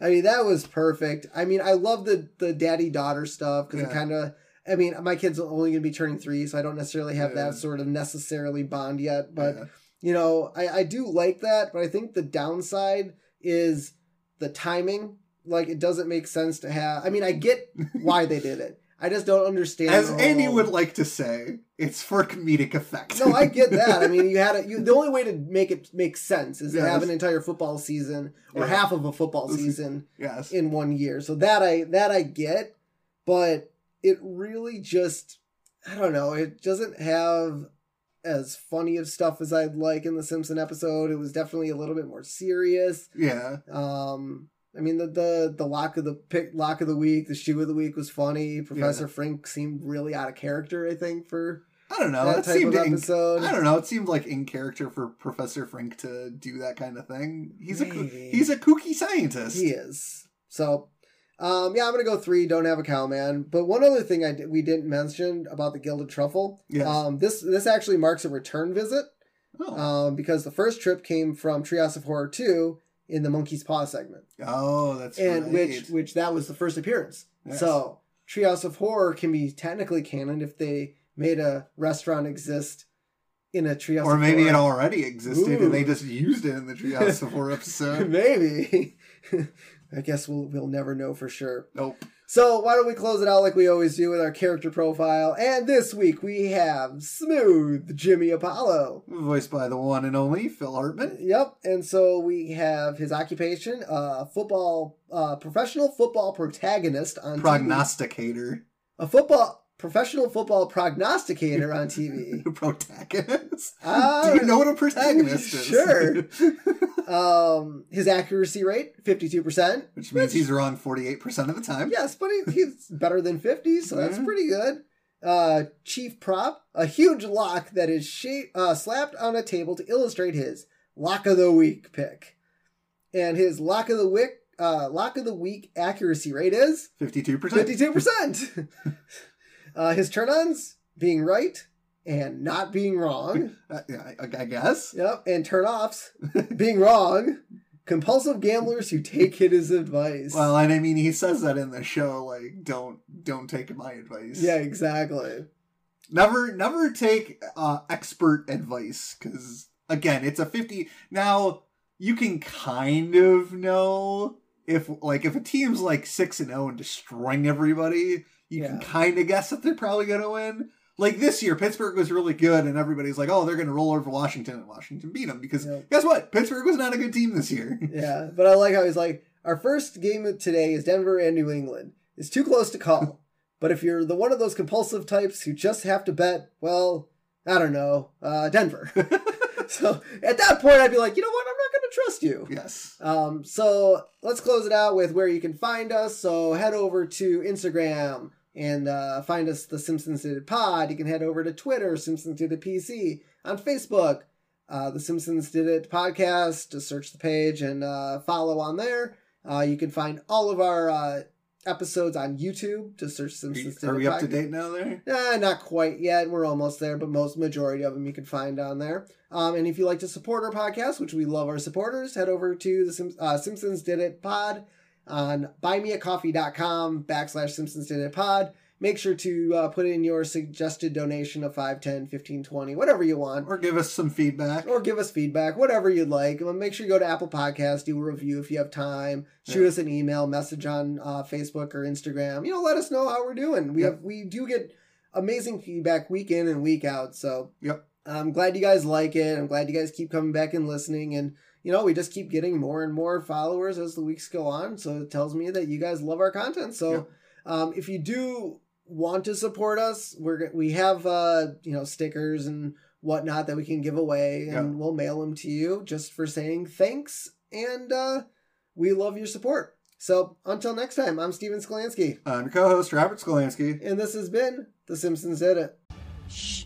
Speaker 1: I mean, that was perfect. I mean, I love the the daddy daughter stuff because
Speaker 2: Yeah.
Speaker 1: it kind of. I mean, my kids are only going to be turning three, so I don't necessarily have
Speaker 2: Yeah.
Speaker 1: that sort of necessarily bond yet. But
Speaker 2: Yeah.
Speaker 1: you know, I I do like that, but I think the downside is the timing. Like, it doesn't make sense to have. I mean, I get why they did it. I just don't understand.
Speaker 2: as
Speaker 1: the
Speaker 2: Andy
Speaker 1: whole-
Speaker 2: would like to say, it's for comedic effect.
Speaker 1: No, I get that. I mean, you had it. You, the only way to make it make sense is
Speaker 2: Yes.
Speaker 1: to have an entire football season or
Speaker 2: Yeah.
Speaker 1: half of a football season
Speaker 2: *laughs* yes.
Speaker 1: in one year. So that I that I get, but it really just I don't know. It doesn't have as funny of stuff as I'd like in the Simpson episode. It was definitely a little bit more serious.
Speaker 2: yeah.
Speaker 1: Um, I mean the the the lock of the pick lock of the week, the shoe of the week was funny. Professor Frink seemed really out of character. I think for
Speaker 2: I don't know.
Speaker 1: that
Speaker 2: That,
Speaker 1: type
Speaker 2: seemed
Speaker 1: of
Speaker 2: in,
Speaker 1: episode.
Speaker 2: I don't know. It seemed like in character for Professor Frank to do that kind of thing. He's a a
Speaker 1: Maybe.
Speaker 2: he's a kooky scientist.
Speaker 1: He is. So, um, yeah, I'm gonna go three. Don't have a cow, man. But one other thing I did, we didn't mention about the Gilded Truffle.
Speaker 2: Yes.
Speaker 1: Um, this this actually marks a return visit
Speaker 2: oh.
Speaker 1: um, because the first trip came from Trios of Horror two in the Monkey's Paw segment,
Speaker 2: Oh, that's
Speaker 1: and
Speaker 2: right.
Speaker 1: which which that was the first appearance.
Speaker 2: Yes.
Speaker 1: So Trios of Horror can be technically canon if they made a restaurant exist in a Trios
Speaker 2: or
Speaker 1: of
Speaker 2: maybe it
Speaker 1: Horror.
Speaker 2: already existed
Speaker 1: Ooh.
Speaker 2: and they just used it in the Treehouse of Horror
Speaker 1: *laughs*
Speaker 2: episode.
Speaker 1: maybe. *laughs* I guess we'll we'll never know for sure.
Speaker 2: Nope.
Speaker 1: So why don't we close it out like we always do with our character profile? And this week we have Smooth Jimmy Apollo.
Speaker 2: Voiced by the one and only Phil Hartman.
Speaker 1: Yep, and so we have his occupation, uh, football, uh, professional football protagonist on TV.
Speaker 2: Prognosticator.
Speaker 1: A football professional football prognosticator on
Speaker 2: *laughs*
Speaker 1: TV.
Speaker 2: protagonist.
Speaker 1: Ah,
Speaker 2: Do you know what a protagonist is?
Speaker 1: Sure. um, his accuracy rate fifty two percent.
Speaker 2: *laughs* Which means he's wrong 48% of the time.
Speaker 1: Yes, but he, he's better than 50, so that's
Speaker 2: Yeah.
Speaker 1: pretty good. Uh, chief prop, a huge lock that is shape, uh, slapped on a table to illustrate his lock of the week pick. And his lock of the week, uh, lock of the week accuracy rate is
Speaker 2: 52%.
Speaker 1: 52%. *laughs* uh, his turn ons being right and not being
Speaker 2: *laughs*
Speaker 1: wrong.
Speaker 2: Uh, yeah, I, I guess.
Speaker 1: Yep. And turn offs being wrong. Compulsive gamblers who take his advice.
Speaker 2: Well, and I mean, he says that in the show, like, don't don't take my advice.
Speaker 1: yeah, exactly.
Speaker 2: Never never take uh, expert advice because again, it's a 50. Now you can kind of know if like if a team's like six and zero and oh destroying everybody, You can
Speaker 1: Yeah.
Speaker 2: kind of guess that they're probably going to win. Like this year, Pittsburgh was really good, and everybody's like, "Oh, they're going to roll over Washington," and Washington beat them because
Speaker 1: Yep.
Speaker 2: guess what? Pittsburgh was not a good team this year.
Speaker 1: Yeah, but I like how he's like, our first game of today is Denver and New England. It's too close to call. but if you're the one of those compulsive types who just have to bet, well, I don't know, uh, Denver. *laughs* so at that point, I'd be like, you know what? I'm not going to trust you.
Speaker 2: *laughs* yes.
Speaker 1: Um, so let's close it out with where you can find us. So head over to Instagram and uh, find us, the Simpsons Did It Pod. You can head over to Twitter, Simpsons Did It PC, on Facebook, uh, the Simpsons Did It podcast. Just search the page and uh, follow on there. Uh, you can find all of our uh, episodes on YouTube. Just search
Speaker 2: Are,
Speaker 1: Simpsons
Speaker 2: you- are
Speaker 1: Did
Speaker 2: we
Speaker 1: It
Speaker 2: up to
Speaker 1: Podcast.
Speaker 2: date now? There.
Speaker 1: *laughs* Nah, Uh, not quite yet. We're almost there, but most majority of them you can find on there. Um, and if you like to support our podcast, which we love our supporters, head over to the Sim- uh, Simpsons Did It Pod on buymeacoffee.com backslash Simpsons Did It Pod. Make sure to uh, put in your suggested donation of 5, 10, 15, 20, whatever you want.
Speaker 2: Or give us some feedback.
Speaker 1: Or give us feedback, whatever you'd like. Um, Make sure you go to Apple Podcast, do a review if you have time. Shoot
Speaker 2: Yeah.
Speaker 1: us an email, message on uh, Facebook or Instagram. You know, let us know how we're doing. We
Speaker 2: Yep.
Speaker 1: have we do get amazing feedback week in and week out. So
Speaker 2: Yep.
Speaker 1: I'm glad you guys like it. I'm glad you guys keep coming back and listening. And you know, we just keep getting more and more followers as the weeks go on. So it tells me that you guys love our content. So.
Speaker 2: Yep.
Speaker 1: Um, if you do want to support us, we're we have uh, you know stickers and whatnot that we can give away, and
Speaker 2: Yeah.
Speaker 1: we'll mail them to you just for saying thanks. And uh, we love your support. So until next time, I'm Steven
Speaker 2: Uh,
Speaker 1: Skolansky,
Speaker 2: I'm your co-host Robert Skolansky.
Speaker 1: and this has been The Simpsons Edit.
Speaker 3: Shh.